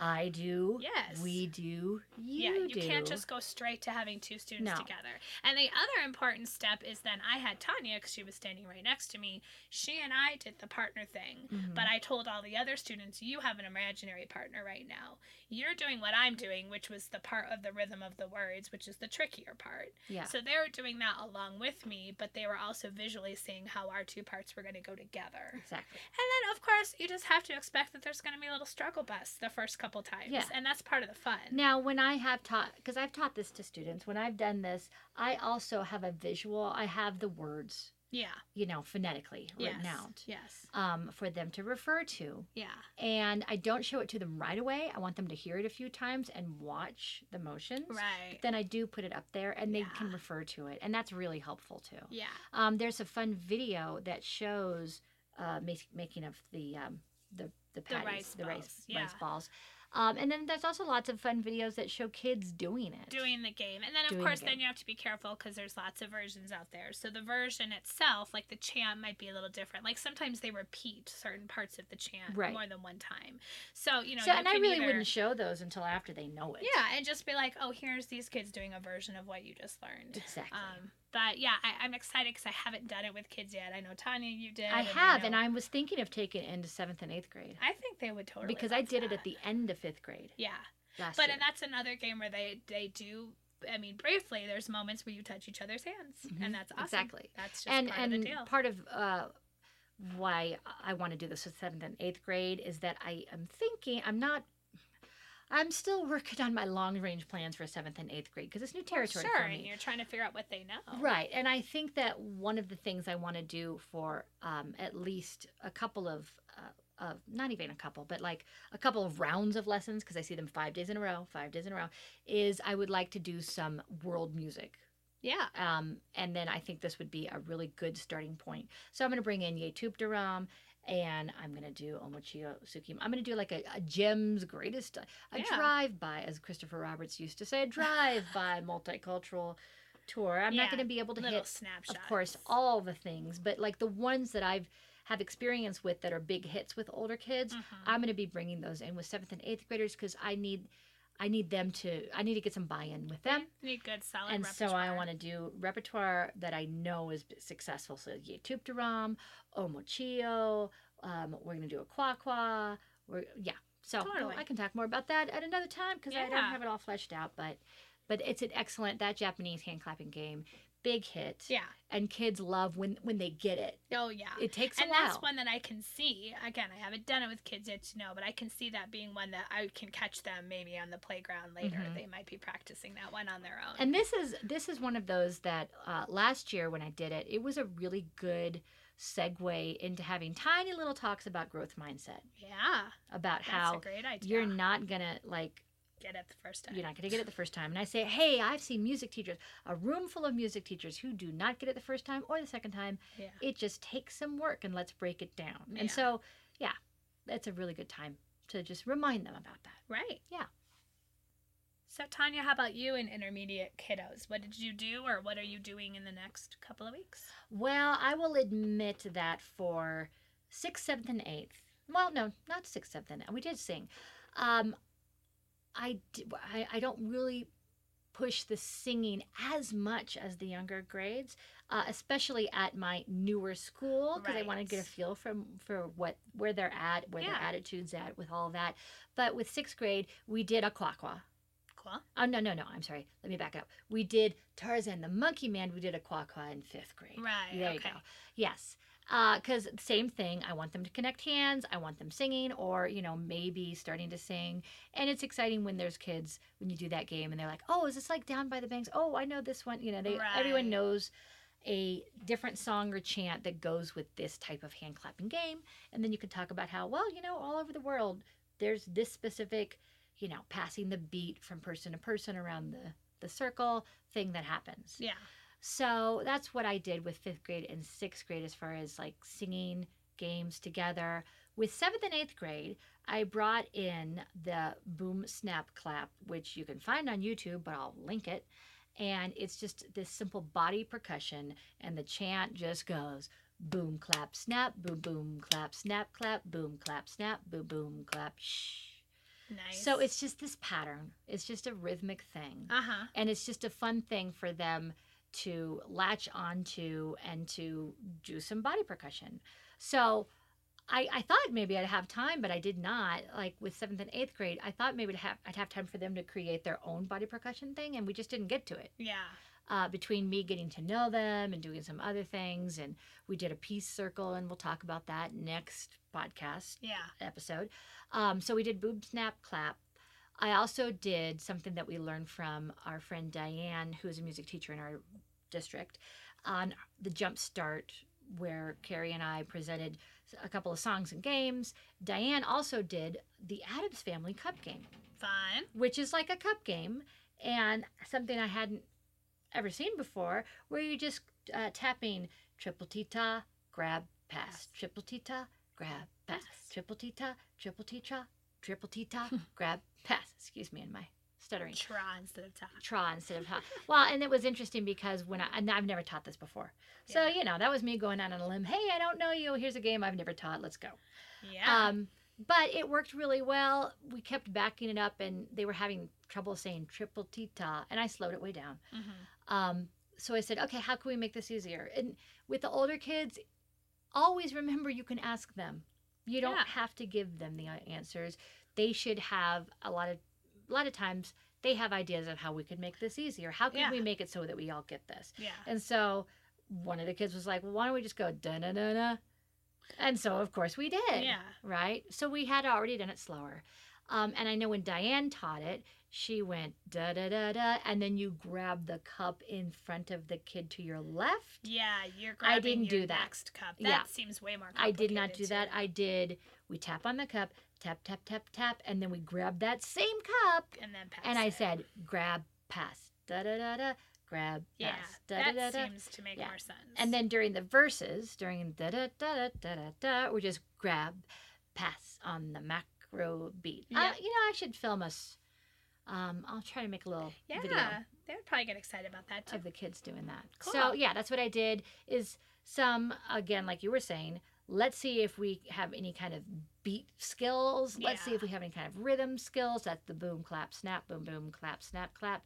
S2: I do.
S1: Yes.
S2: We do. You
S1: yeah, you
S2: do.
S1: can't just go straight to having two students
S2: No.
S1: together. And the other important step is then I had Tanya because she was standing right next to me. She and I did the partner thing,
S2: Mhm.
S1: but I told all the other students, "You have an imaginary partner right now. You're doing what I'm doing, which was the part of the rhythm of the words, which is the trickier part."
S2: yeah.
S1: So they were doing that along with me, but they were also visually seeing how our two parts were going to go together.
S2: exactly.
S1: And then, of course, you just have to expect that there's going to be a little struggle bus the first couple times,
S2: Yeah.
S1: and that's part of the fun.
S2: Now, when I have taught, because I've taught this to students, when I've done this, I also have a visual. I have the words,
S1: Yeah.
S2: you know, phonetically written
S1: Yes.
S2: out
S1: Yes.
S2: um, for them to refer to.
S1: Yeah.
S2: And I don't show it to them right away. I want them to hear it a few times and watch the motions.
S1: Right.
S2: Then I do put it up there and they can
S1: Yeah.
S2: refer to it. And that's really helpful too.
S1: Yeah.
S2: Um, there's a fun video that shows uh, make, making of the um, the the patties,
S1: rice
S2: the rice,
S1: balls, yeah.
S2: rice balls. Um, and then there's also lots of fun videos that show kids doing it.
S1: Doing the game. And then, of
S2: Doing the
S1: course, then
S2: game.
S1: you have to be careful because there's lots of versions out there. So the version itself, like the chant, might be a little different. Like sometimes they repeat certain parts of the chant
S2: Right.
S1: more than one time. So, you know,
S2: so,
S1: you
S2: and I
S1: can
S2: really
S1: either-
S2: wouldn't show those until after they know it.
S1: Yeah, and just be like, oh, here's these kids doing a version of what you just learned.
S2: exactly.
S1: Um, but yeah, I, I'm excited because I haven't done it with kids yet. I know Tanya, you did.
S2: I have, and
S1: know-
S2: I was thinking of taking it into seventh and eighth grade
S1: I think they would totally.
S2: because I
S1: love
S2: did it
S1: that.
S2: at the end of fifth grade
S1: Yeah.
S2: last
S1: But
S2: year.
S1: and that's another game where they they do. I mean, briefly, there's moments where you touch each other's hands,
S2: Mhm,
S1: and that's awesome.
S2: exactly.
S1: That's just
S2: and
S1: part
S2: and
S1: of the deal.
S2: part of uh, why I want to do this with seventh and eighth grade is that I am thinking I'm not. I'm still working on my long range plans for seventh and eighth grade because it's new territory
S1: sure,
S2: for
S1: and
S2: me.
S1: you're trying to figure out what they know.
S2: Right, and I think that one of the things I want to do for um, at least a couple of, uh, of not even a couple, but like a couple of rounds of lessons because I see them five days in a row, five days in a row, is I would like to do some world music
S1: Yeah.
S2: um, and then I think this would be a really good starting point. So I'm going to bring in Yetub Duram, and I'm going to do Omochio Sukim. I'm going to do like a, a gem's greatest, a
S1: Yeah.
S2: drive by, as Christopher Roberts used to say, a drive by multicultural tour. I'm
S1: Yeah,
S2: not going to be able to
S1: Little
S2: hit,
S1: snapshot.
S2: of course, all the things, but like the ones that I've have experience with
S1: Mm-hmm.
S2: that are big hits with older kids. I'm going to be bringing those in with seventh and eighth graders because I need. I need them to I need to get some buy-in with them.
S1: Need good solid
S2: And so I
S1: repertoire.
S2: want to do repertoire that I know is successful. So YouTube Ram, Omochio, um, we're gonna do a Qua Qua. We're yeah. So well,
S1: Totally.
S2: I can talk more about that at another time because I don't
S1: Yeah.
S2: have it all fleshed out. But but it's an excellent that Japanese hand clapping game, big hit,
S1: Yeah.
S2: and kids love when when they get it.
S1: Oh yeah.
S2: It takes
S1: and
S2: a while.
S1: that's one that I can see. Again, I haven't done it with kids yet to know, but I can see that being one that I can catch them maybe on the playground later.
S2: Mhm.
S1: They might be practicing that one on their own.
S2: And this is this is one of those that uh, last year when I did it, it was a really good segue into having tiny little talks about growth mindset,
S1: yeah,
S2: about
S1: that's a
S2: how
S1: great idea.
S2: you're not gonna like
S1: get it the first time.
S2: you're not gonna get it the first time. And I say, hey, I've seen music teachers, a room full of music teachers who do not get it the first time or the second time.
S1: Yeah.
S2: It just takes some work, and let's break it down.
S1: Yeah.
S2: And so, yeah, that's a really good time to just remind them about that.
S1: Right.
S2: Yeah.
S1: So Tanya, how about you and intermediate kiddos? What did you do, or what are you doing in the next couple of weeks?
S2: Well, I will admit that for sixth, seventh, and eighth. Well, no, not sixth, seventh, and we did sing. Um, I, d- I I don't really push the singing as much as the younger grades, uh, especially at my newer school because I want to
S1: Right.
S2: get a feel from for what where they're at, where
S1: Yeah.
S2: their attitudes at with all that. But with sixth grade, we did a quack quack.
S1: Cool.
S2: Oh no no no! I'm sorry. Let me back up. We did Tarzan the Monkey Man. We did a quack quack in fifth grade.
S1: Right.
S2: There you
S1: okay.
S2: go. Yes. Because same thing. I want them to connect hands. I want them singing or, you know, maybe starting to sing. And it's exciting when there's kids, when you do that game and they're like, oh, is this like Down by the Banks? Oh, I know this one. You know, they
S1: Right.
S2: everyone knows a different song or chant that goes with this type of hand clapping game. And then you can talk about how, well, you know, all over the world, there's this specific, you know, passing the beat from person to person around the, the circle thing that happens.
S1: Yeah.
S2: So that's what I did with fifth grade and sixth grade as far as like singing games together. With seventh and eighth grade, I brought in the Boom Snap Clap, which you can find on YouTube, but I'll link it. And it's just this simple body percussion, and the chant just goes boom, clap, snap, boom, boom, clap, snap, clap, boom, clap, snap, boom, boom, clap, shh.
S1: Nice.
S2: So it's just this pattern, it's just a rhythmic thing
S1: Uh huh.
S2: and it's just a fun thing for them to latch onto and to do some body percussion. So I, I thought maybe I'd have time, but I did not. Like with seventh and eighth grade, I thought maybe I'd have, I'd have time for them to create their own body percussion thing, and we just didn't get to it.
S1: Yeah.
S2: Uh, between me getting to know them and doing some other things, and we did a peace circle, and we'll talk about that next podcast
S1: Yeah.
S2: episode. Um, so we did boob snap clap. I also did something that we learned from our friend Diane, who is a music teacher in our district, on the Jump Start, where Carrie and I presented a couple of songs and games. Diane also did the Adams Family Cup game,
S1: Fun.
S2: which is like a cup game and something I hadn't ever seen before, where you're just uh, tapping triple tita, grab,
S1: Pass.
S2: pass, triple tita, grab, pass,
S1: Pass.
S2: triple tita, triple tita, triple tita,
S1: Hmm.
S2: grab, pass. Excuse me and my stuttering.
S1: Tra instead of ta.
S2: Tra instead of ha. Well, and it was interesting because when I, and I've never taught this before. So,
S1: Yeah.
S2: you know, that was me going out on a limb. Hey, I don't know you. Here's a game I've never taught. Let's go.
S1: Yeah.
S2: Um, but it worked really well. We kept backing it up, and they were having trouble saying triple tita, and I slowed it way down.
S1: hmm
S2: Um, so I said, okay, how can we make this easier? And with the older kids, always remember you can ask them. You don't
S1: Yeah.
S2: have to give them the uh, answers. They should have a lot of a lot of times they have ideas of how we could make this easier. How could
S1: Yeah.
S2: we make it so that we all get this?
S1: Yeah.
S2: And so one of the kids was like, well, why don't we just go da da da da? And so of course we did
S1: Yeah.
S2: right? So we had already done it slower. Um, and I know when Diane taught it, she went da da da da, and then you grab the cup in front of the kid to your left.
S1: Yeah, you're grabbing
S2: I didn't
S1: your
S2: do that.
S1: next cup. That
S2: Yeah.
S1: seems way more
S2: I
S1: complicated.
S2: did not do
S1: too.
S2: that. I did, we tap on the cup, tap, tap, tap, tap, and then we grab that same cup.
S1: And then pass
S2: And I
S1: it.
S2: said, grab, pass, da da da da, grab,
S1: yeah,
S2: pass, da da
S1: that
S2: da da.
S1: seems to make
S2: Yeah.
S1: more sense.
S2: And then during the verses, during da da da da da da da, we're just grab, pass on the macro beat. Uh,
S1: Yeah.
S2: you know, I should film us. Um, I'll try to make a little
S1: yeah,
S2: video
S1: they would probably get excited about that too.
S2: of the kids doing that.
S1: Cool.
S2: So yeah, that's what I did. Is some again, like you were saying, let's see if we have any kind of beat skills. Let's see
S1: Yeah.
S2: if we have any kind of rhythm skills. That's the boom, clap, snap, boom, boom, clap, snap, clap.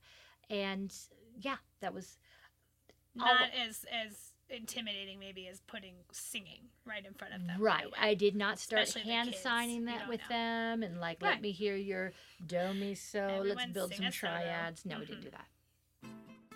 S2: And yeah, that was I'll-
S1: Not as as intimidating maybe as putting singing right in front of them. right
S2: right.
S1: away.
S2: I did not start
S1: Especially the
S2: hand
S1: kids,
S2: signing
S1: you
S2: that
S1: don't
S2: with
S1: know.
S2: them and like, let
S1: Right.
S2: me hear your do mi so. Let's
S1: Everyone
S2: build
S1: sing
S2: some
S1: a solo.
S2: triads. No, we didn't
S1: Mhm.
S2: do that.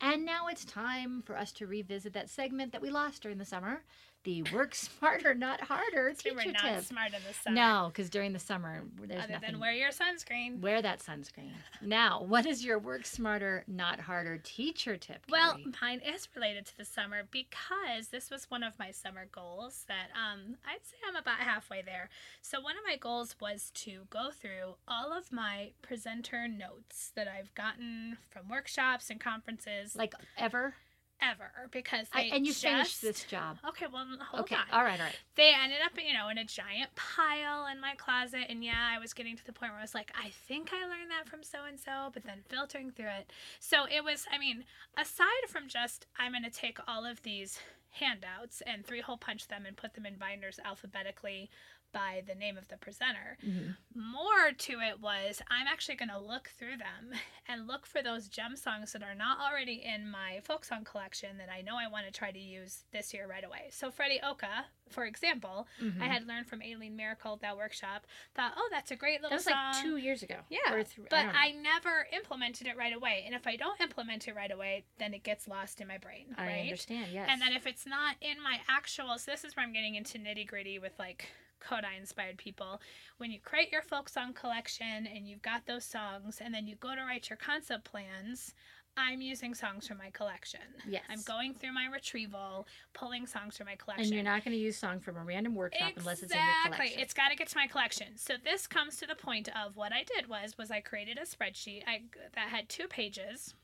S2: And now it's time for us to revisit that segment that we lost during the summer, the work smarter, not harder
S1: we
S2: teacher
S1: were not
S2: tip.
S1: smart in the summer.
S2: No, because during the summer there's
S1: Other
S2: nothing.
S1: than wear your sunscreen.
S2: Wear that sunscreen. Now, what is your work smarter, not harder teacher tip?
S1: Well,
S2: Carrie?
S1: mine is related to the summer because this was one of my summer goals that um, I'd say I'm about halfway there. So, one of my goals was to go through all of my presenter notes that I've gotten from workshops and conferences
S2: like ever,
S1: ever because
S2: I,
S1: they
S2: and you
S1: just...
S2: finished this job.
S1: Okay, well, hold
S2: okay,
S1: on.
S2: all right, all right.
S1: They ended up, you know, in a giant pile in my closet. And yeah, I was getting to the point where I was like, I think I learned that from so and so, but then filtering through it. So it was, I mean, aside from just, I'm going to take all of these handouts and three hole punch them and put them in binders alphabetically by the name of the presenter.
S2: Mhm.
S1: More to it was, I'm actually going to look through them and look for those gem songs that are not already in my folk song collection that I know I want to try to use this year right away. So, Freddie Oka, for example,
S2: Mhm.
S1: I had learned from Aileen Miracle at that workshop. Thought, oh, that's a great
S2: that
S1: little
S2: was like
S1: song.
S2: two years ago.
S1: Yeah,
S2: or three,
S1: but
S2: don't know.
S1: I, never implemented it right away. And if I don't implement it right away, then it gets lost in my brain,
S2: I
S1: right?
S2: understand. Yes,
S1: And then if it's not in my actual, so this is where I'm getting into nitty gritty with like Kodai inspired people. When you create your folk song collection and you've got those songs, and then you go to write your concept plans, I'm using songs from my collection.
S2: yes,
S1: I'm going through my retrieval, pulling songs from my collection.
S2: And you're not going to use song from a random workshop unless it's in your collection.
S1: It's got to get to my collection. So this comes to the point of what I did was was I created a spreadsheet I, that had two pages,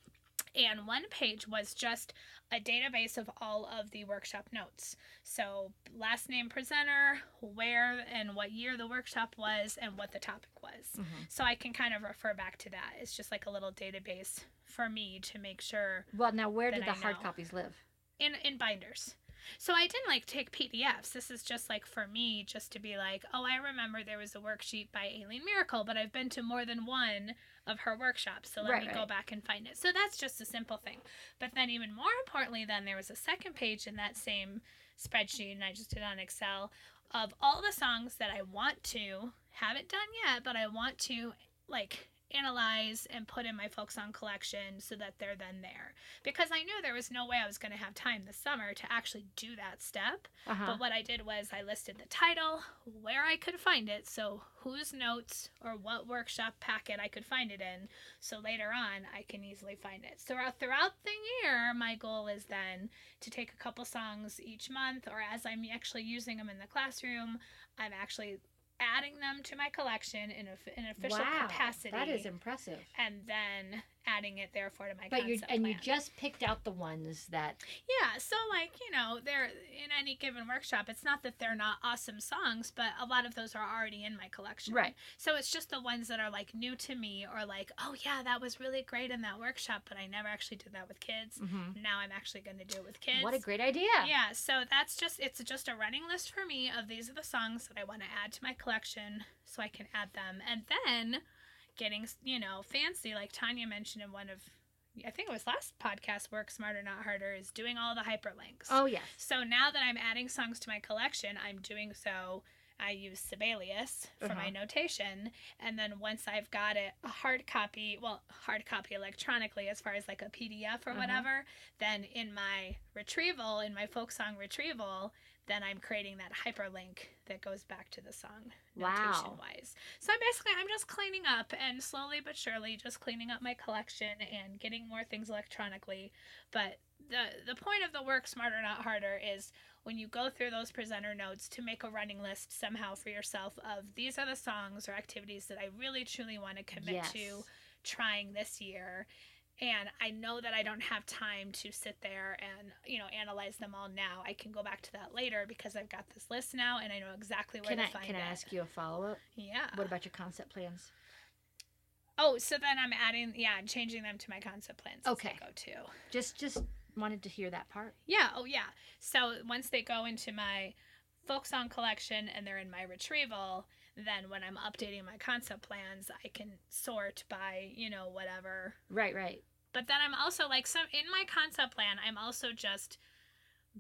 S1: and one page was just a database of all of the workshop notes. So last name presenter, where and what year the workshop was, and what the topic was.
S2: Mhm.
S1: So I can kind of refer back to that. It's just like a little database for me to make sure
S2: Well, now where
S1: Then
S2: did the
S1: I
S2: hard
S1: know.
S2: copies live?
S1: in in binders. So I didn't like take PDFs. This is just like for me, just to be like, oh, I remember there was a worksheet by Aileen Miracle, but I've been to more than one of her workshops, so let
S2: Right,
S1: me
S2: right.
S1: go back and find it. So that's just a simple thing. But then even more importantly, then there was a second page in that same spreadsheet, and I just did on Excel of all the songs that I want to haven't done yet, but I want to like analyze and put in my folk song collection so that they're then there because I knew there was no way I was going to have time this summer to actually do that step.
S2: Uh-huh.
S1: But what I did was I listed the title, where I could find it, so whose notes or what workshop packet I could find it in, so later on I can easily find it. So throughout- throughout the year, my goal is then to take a couple songs each month, or as I'm actually using them in the classroom, I'm actually adding them to my collection in, a, in an official
S2: wow,
S1: capacity.
S2: that is impressive.
S1: and then adding it therefore to my
S2: But you
S1: concept
S2: and you
S1: plan.
S2: just picked out the ones that
S1: Yeah, so like, you know, they're in any given workshop, it's not that they're not awesome songs, but a lot of those are already in my collection.
S2: right.
S1: So it's just the ones that are like new to me or like, oh yeah, that was really great in that workshop, but I never actually did that with kids.
S2: Mhm.
S1: Now I'm actually going to do it with kids.
S2: What a great idea!
S1: Yeah, so that's just it's just a running list for me of these are the songs that I want to add to my collection so I can add them. And then getting, you know, fancy like Tanya mentioned in one of I think it was last podcast work smarter not harder is doing all the hyperlinks.
S2: Oh yes.
S1: So now that I'm adding songs to my collection, I'm doing so. I use Sibelius for my
S2: Uh-huh.
S1: notation, and then once I've got it a hard copy, well, hard copy electronically as far as like a PDF or
S2: Uh-huh.
S1: whatever, then in my retrieval, in my folk song retrieval, then I'm creating that hyperlink that goes back to the song notation
S2: Wow.
S1: wise. So I'm basically I'm just cleaning up and slowly but surely just cleaning up my collection and getting more things electronically. But the the point of the work smarter not harder is when you go through those presenter notes to make a running list somehow for yourself of these are the songs or activities that I really truly want to commit
S2: yes.
S1: to trying this year and I know that I don't have time to sit there and you know analyze them all now. I can go back to that later because I've got this list now and I know exactly where
S2: Can
S1: to
S2: I
S1: find
S2: can I
S1: it. Uh.
S2: ask you a follow up?
S1: Yeah.
S2: What about your concept plans?
S1: oh, so then I'm adding yeah, I'm changing them to my concept plans. as they
S2: Okay.
S1: Go to.
S2: Just just wanted to hear that part.
S1: Yeah. Oh yeah. So once they go into my folk song collection and they're in my retrieval, then when I'm updating my concept plans, I can sort by you know whatever
S2: Right, right.
S1: But then I'm also like some in my concept plan, I'm also just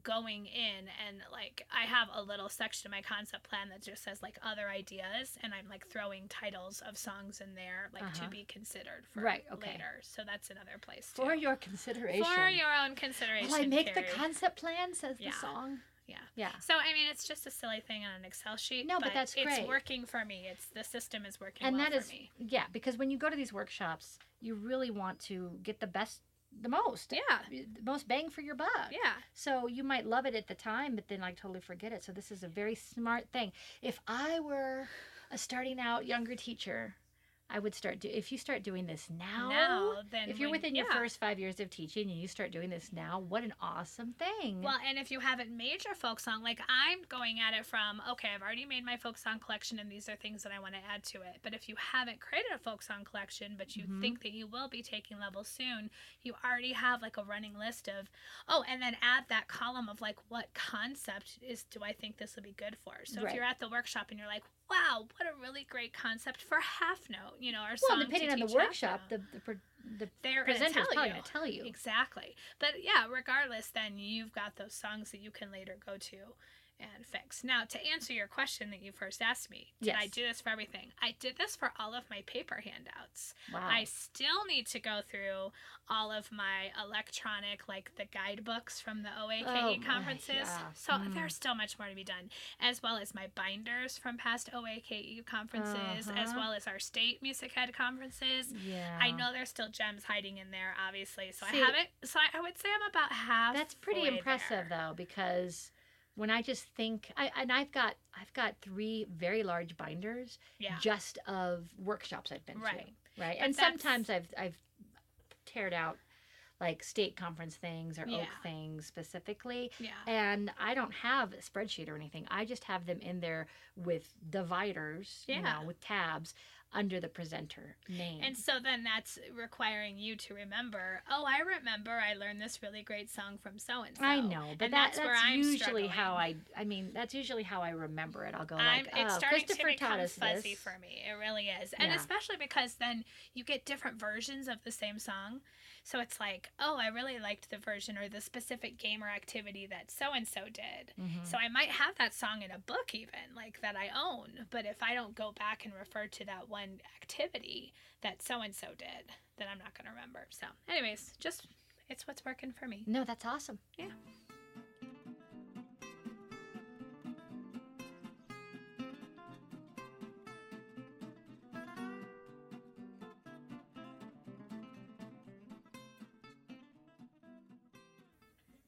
S1: going in and like I have a little section of my concept plan that just says like other ideas and I'm like throwing titles of songs in there like
S2: Uh-huh.
S1: to be considered for
S2: Right, okay.
S1: later. So that's another place
S2: For
S1: too.
S2: your consideration.
S1: for your own consideration.
S2: Will I make the
S1: Carrie.
S2: concept plan? Says
S1: Yeah.
S2: the song.
S1: Yeah.
S2: Yeah.
S1: So I mean it's just a silly thing on an Excel sheet.
S2: No, but that's
S1: It's
S2: great.
S1: working for me. It's the system is working
S2: and
S1: well
S2: that
S1: for
S2: is
S1: me.
S2: yeah because when you go to these workshops you really want to get the best the most
S1: Yeah.
S2: the most bang for your buck
S1: Yeah.
S2: so you might love it at the time but then like totally forget it so this is a very smart thing if i were a starting out younger teacher i would start do if you start doing this now,
S1: Now then
S2: if you're
S1: when-
S2: within your
S1: yeah.
S2: first five years of teaching and you start doing this now what an awesome thing
S1: Well, and if you haven't made your folk song, like I'm going at it from, okay, I've already made my folk song collection and these are things that I want to add to it. But if you haven't created a folk song collection, but you
S2: Mhm.
S1: think that you will be taking levels soon, you already have like a running list of, oh, and then add that column of like, what concept is, do I think this will be good for? So if
S2: Right.
S1: you're at the workshop and you're like, wow, what a really great concept for half note, you know, or song
S2: Well,
S1: to
S2: depending on the
S1: teach half
S2: workshop
S1: note,
S2: the the, pre- the
S1: they're gonna
S2: presenter's
S1: uh, tell
S2: probably
S1: you.
S2: going to tell you
S1: Exactly. But yeah, regardless, then you've got those songs that you can later go to and fix. Now, to answer your question that you first asked me, did I
S2: Yes.
S1: do this for everything? I did this for all of my paper handouts.
S2: wow
S1: I still need to go through all of my electronic, like the guidebooks from the OAKE
S2: Oh, my-
S1: E conferences.
S2: yeah.
S1: So
S2: Mm.
S1: there's still much more to be done, as well as my binders from past OAKE E conferences, as
S2: Uh-huh.
S1: well as our state music head conferences.
S2: yeah
S1: I know there's still gems hiding in there, obviously. So
S2: See-
S1: I haven't. So I, I would say I'm about half.
S2: That's pretty impressive though, because when I just think, I, and I've got I've got three very large binders
S1: Yeah.
S2: just of workshops I've been
S1: Right.
S2: to, right?
S1: But
S2: and
S1: that's-
S2: sometimes I've I've teared out like state conference things or oak
S1: Yeah.
S2: things specifically.
S1: Yeah.
S2: And I don't have a spreadsheet or anything. I just have them in there with dividers, you
S1: Yeah.
S2: know, with tabs under the presenter name.
S1: And so then that's requiring you to remember. Oh, I remember. I learned this really great song from so and so.
S2: I know, but
S1: and
S2: that,
S1: that's
S2: that's,
S1: where I'm
S2: usually how I. I mean, that's usually how I remember it. I'll go
S1: I'm,
S2: like,
S1: it's
S2: oh,
S1: starting to
S2: Christopher taught
S1: become
S2: us
S1: fuzzy
S2: this.
S1: for me. It really is, and
S2: Yeah.
S1: especially because then you get different versions of the same song, so it's like, oh, I really liked the version or the specific game or activity that so and so did.
S2: Mhm.
S1: So I might have that song in a book even, like that I own, but if I don't go back and refer to that one activity that so and so did, then I'm not going to remember. So, anyways, just it's what's working for me.
S2: No, that's awesome.
S1: Yeah.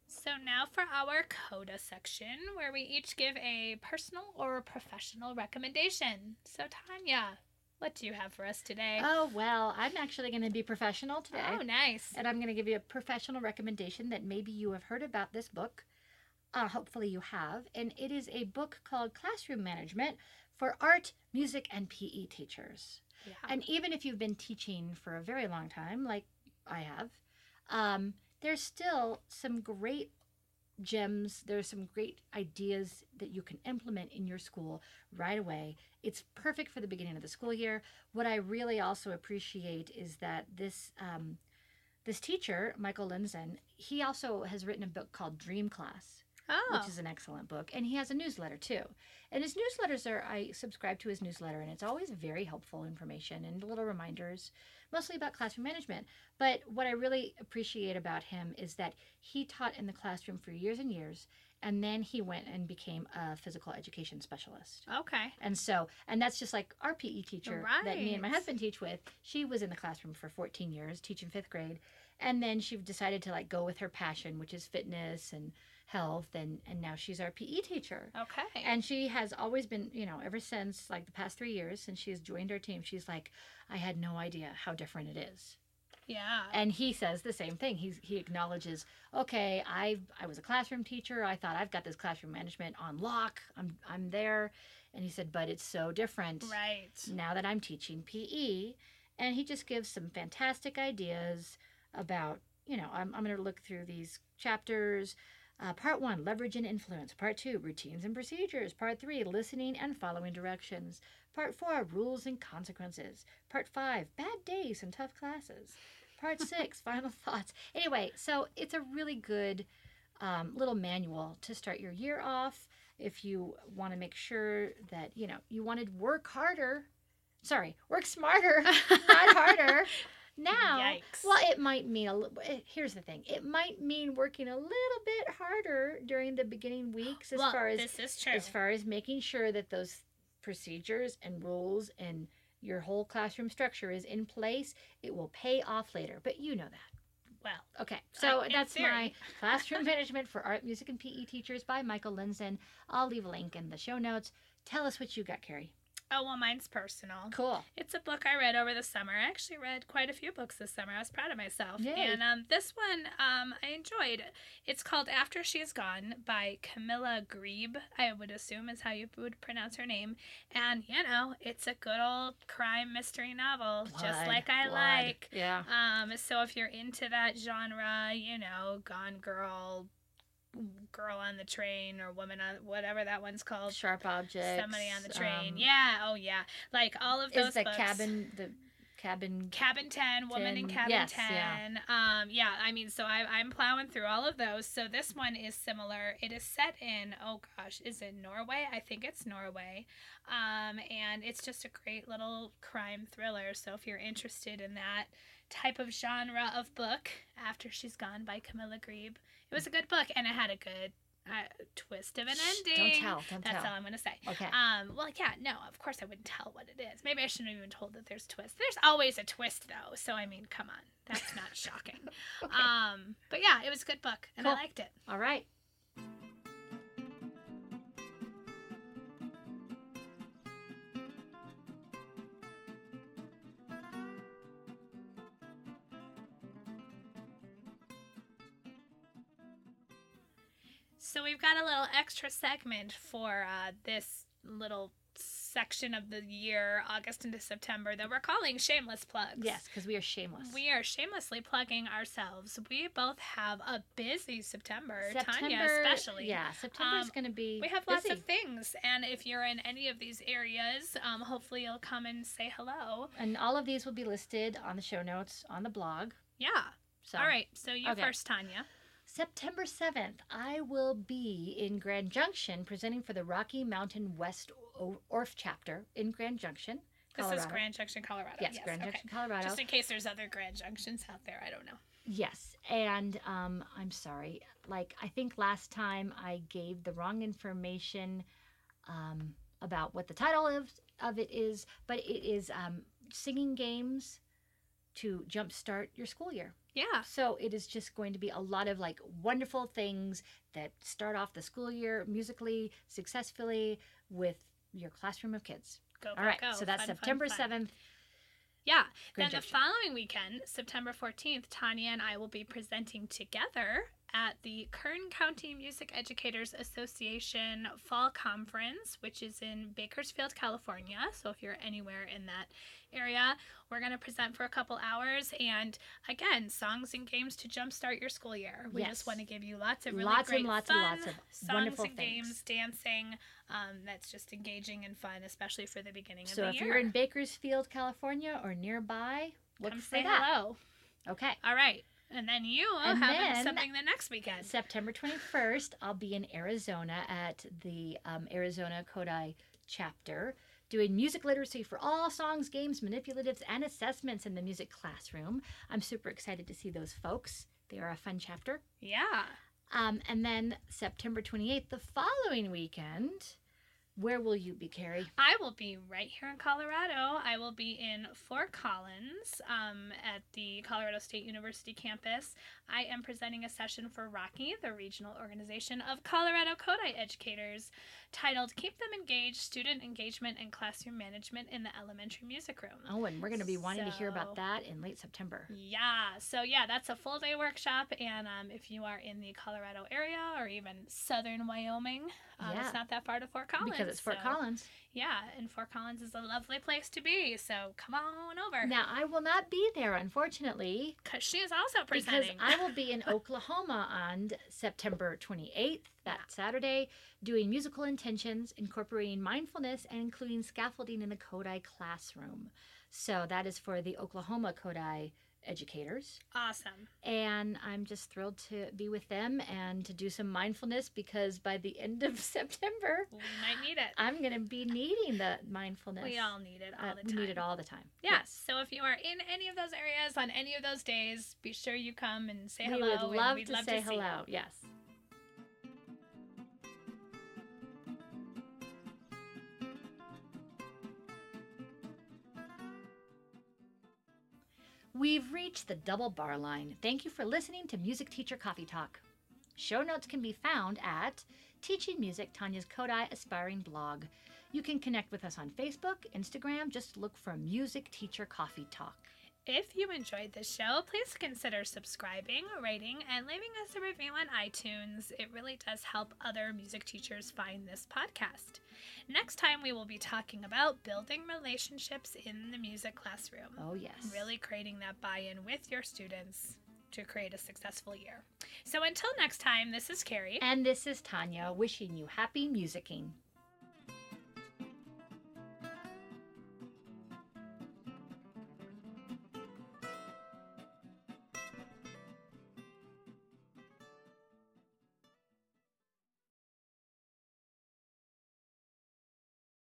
S1: So now for our coda section where we each give a personal or professional recommendation. So Tanya, what do you have for us today?
S2: Oh well, I'm actually going to be professional today,
S1: oh, nice.
S2: and I'm going to give you a professional recommendation that maybe you have heard about this book. Uh, hopefully, you have, and it is a book called Classroom Management for Art, Music, and PE Teachers.
S1: Yeah.
S2: And even if you've been teaching for a very long time, like I have, um, there's still some great gems. There's some great ideas that you can implement in your school right away. It's perfect for the beginning of the school year. What I really also appreciate is that this um, this teacher, Michael Lindzen, he also has written a book called Dream Class
S1: Oh,
S2: which is an excellent book. And he has a newsletter too. And his newsletters are, I subscribe to his newsletter, and it's always very helpful information and little reminders, mostly about classroom management. But what I really appreciate about him is that he taught in the classroom for years and years, and then he went and became a physical education specialist.
S1: Oh, okay.
S2: And so, and that's just like our PE teacher that me and my
S1: Right.
S2: husband teach with. She was in the classroom for 14 years, teaching fifth grade, and then she decided to like go with her passion, which is fitness and health, and and now she's our PE teacher.
S1: Okay.
S2: And she has always been, you know, ever since like the past three years since she's joined our team, she's like, I had no idea how different it is.
S1: Yeah.
S2: And he says the same thing. He's, he acknowledges, okay, I I was a classroom teacher. I thought I've got this classroom management on lock. I'm I'm there, and he said, but it's so different
S1: Right.
S2: now that I'm teaching PE. And he just gives some fantastic ideas about, you know, I'm, I'm going to look through these chapters. Uh, part one, leverage and influence. Part two, routines and procedures. Part three, listening and following directions. Part four, rules and consequences. Part five, bad days and tough classes. Part six, final thoughts. Anyway, so it's a really good um, little manual to start your year off if you want to make sure that you know you want to work harder sorry work smarter not harder now
S1: Yikes.
S2: well it might mean a little here's the thing it might mean working a little bit harder during the beginning weeks as
S1: Well,
S2: far as
S1: this is true.
S2: as far as making sure that those procedures and rules and your whole classroom structure is in place it will pay off later but you know that
S1: well,
S2: Okay, so
S1: in
S2: that's
S1: theory.
S2: my classroom management for art, music, and PE teachers by Michael Lindzen. I'll leave a link in the show notes. Tell us what you got, Carrie.
S1: oh well, mine's personal.
S2: Cool.
S1: It's a book I read over the summer. I actually read quite a few books this summer. I was proud of myself.
S2: Yay.
S1: And um, this one um, I enjoyed. It's called After She's Gone by Camilla Grebe, I would assume is how you would pronounce her name. And, you know, it's a good old crime mystery novel, just
S2: Blood,
S1: like I
S2: blood.
S1: like.
S2: Yeah.
S1: Um, so if you're into that genre, you know, Gone Girl, Girl on the Train, or Woman on whatever that one's called,
S2: Sharp objects.
S1: Somebody on the Train.
S2: um,
S1: yeah, oh yeah, like all of those.
S2: Is the
S1: books.
S2: cabin the cabin?
S1: Cabin 10, Woman in
S2: Ten,
S1: Cabin
S2: yes,
S1: 10.
S2: yeah.
S1: Um, yeah, I mean, so I, I'm plowing through all of those. So this one is similar. It is set in, oh gosh, is it Norway? I think it's Norway. Um, and it's just a great little crime thriller. So if you're interested in that type of genre of book, After She's Gone by Camilla Grebe, it was a good book and it had a good uh, twist of an
S2: Shh,
S1: ending.
S2: Don't tell. Don't
S1: That's all
S2: tell.
S1: I'm going to say.
S2: Okay.
S1: Um, well, yeah, no, of course I wouldn't tell what it is. Maybe I shouldn't have even told that there's twist. There's always a twist, though. So I mean, come on, that's not shocking.
S2: Okay.
S1: Um, but yeah, it was a good book, and I
S2: Cool.
S1: liked it.
S2: all right.
S1: So we've got a little extra segment for uh, this little section of the year, August into September, that we're calling shameless plugs.
S2: Yes, because we are shameless.
S1: We are shamelessly plugging ourselves. We both have a busy September, Tanya
S2: September-
S1: especially.
S2: Yeah, September's
S1: Um,
S2: going to be.
S1: We have lots
S2: busy.
S1: of things, and if you're in any of these areas, um, hopefully you'll come and say hello.
S2: and all of these will be listed on the show notes on the blog.
S1: Yeah.
S2: So.
S1: All right. So you
S2: Okay.
S1: first, Tanya.
S2: September 7th, I will be in Grand Junction presenting for the Rocky Mountain West o- ORF chapter in Grand Junction, Colorado.
S1: This is Grand Junction, Colorado.
S2: Yes, Grand Junction, Colorado.
S1: Just in case there's other Grand Junctions out there, I don't know.
S2: Yes. And um, I'm sorry. Like, I think last time I gave the wrong information um, about what the title of, of it is, but it is um, Singing Games to Jumpstart Your School Year.
S1: Yeah.
S2: So it is just going to be a lot of like wonderful things that start off the school year musically, successfully with your classroom of kids.
S1: Go,
S2: All right.
S1: go, go.
S2: So that's
S1: Fun, fun,
S2: September
S1: fun.
S2: 7th.
S1: Yeah. then
S2: Grand Junction.
S1: the following weekend, September 14th, Tanya and I will be presenting together at the Kern County Music Educators Association Fall Conference, which is in Bakersfield, California. So if you're anywhere in that area, we're going to present for a couple hours and again, songs and games to jumpstart your school year. We
S2: Yes.
S1: just want to give you lots of really
S2: Lots and
S1: great
S2: lots and
S1: fun,
S2: lots of
S1: songs
S2: wonderful
S1: and
S2: things.
S1: games, dancing. Um, that's just engaging and fun, especially for the beginning
S2: So
S1: of the
S2: if
S1: year.
S2: you're in Bakersfield, California or nearby, look
S1: Come
S2: for
S1: say
S2: that.
S1: hello.
S2: Okay.
S1: All right. And then you
S2: And
S1: have
S2: then-
S1: something the next weekend.
S2: September 21st, I'll be in Arizona at the um, Arizona Kodai chapter doing music literacy for all songs, games, manipulatives, and assessments in the music classroom. I'm super excited to see those folks. They are a fun chapter.
S1: Yeah.
S2: Um, and then September 28th, the following weekend, where will you be, Carrie?
S1: I will be right here in Colorado. I will be in Fort Collins um, at the Colorado State University campus. I am presenting a session for Rocky, the regional organization of Colorado Kodai educators. titled Keep Them Engaged Student Engagement and Classroom Management in the Elementary Music Room.
S2: Oh, and we're going to be wanting to hear
S1: So-
S2: about that in late September.
S1: Yeah, so yeah, that's a full day workshop. And um, if you are in the Colorado area or even southern Wyoming, um,
S2: Yeah.
S1: it's not that far to Fort Collins.
S2: because it's Fort
S1: so-
S2: Collins.
S1: Yeah, and Fort Collins is a lovely place to be. So come on over.
S2: Now, I will not be there, unfortunately,
S1: Because she is also
S2: because
S1: presenting.
S2: I will be in Oklahoma on September 28th, that Saturday, doing musical intentions, incorporating mindfulness, and including scaffolding in the Kodai classroom. So that is for the Oklahoma Kodai educators.
S1: awesome.
S2: and I'm just thrilled to be with them and to do some mindfulness because by the end of September,
S1: We might need it.
S2: I'm going to be needing the mindfulness.
S1: We all need it all
S2: Uh,
S1: the time.
S2: we need it all the time.
S1: Yes. So if you are in any of those areas on any of those days, be sure you come and say
S2: we
S1: hello.
S2: would
S1: and
S2: love
S1: we'd
S2: to say
S1: see you.
S2: hello. Yes. We've reached the double bar line. Thank you for listening to Music Teacher Coffee Talk. Show notes can be found at Teaching Music Tanya's Kodai Aspiring blog. You can connect with us on Facebook, Instagram, just look for Music Teacher Coffee Talk.
S1: If you enjoyed this show, please consider subscribing, rating, and leaving us a review on iTunes. It really does help other music teachers find this podcast. Next time, we will be talking about building relationships in the music classroom.
S2: Oh, yes.
S1: really creating that buy in with your students to create a successful year. So until next time, this is Carrie.
S2: And this is Tanya wishing you happy musicking.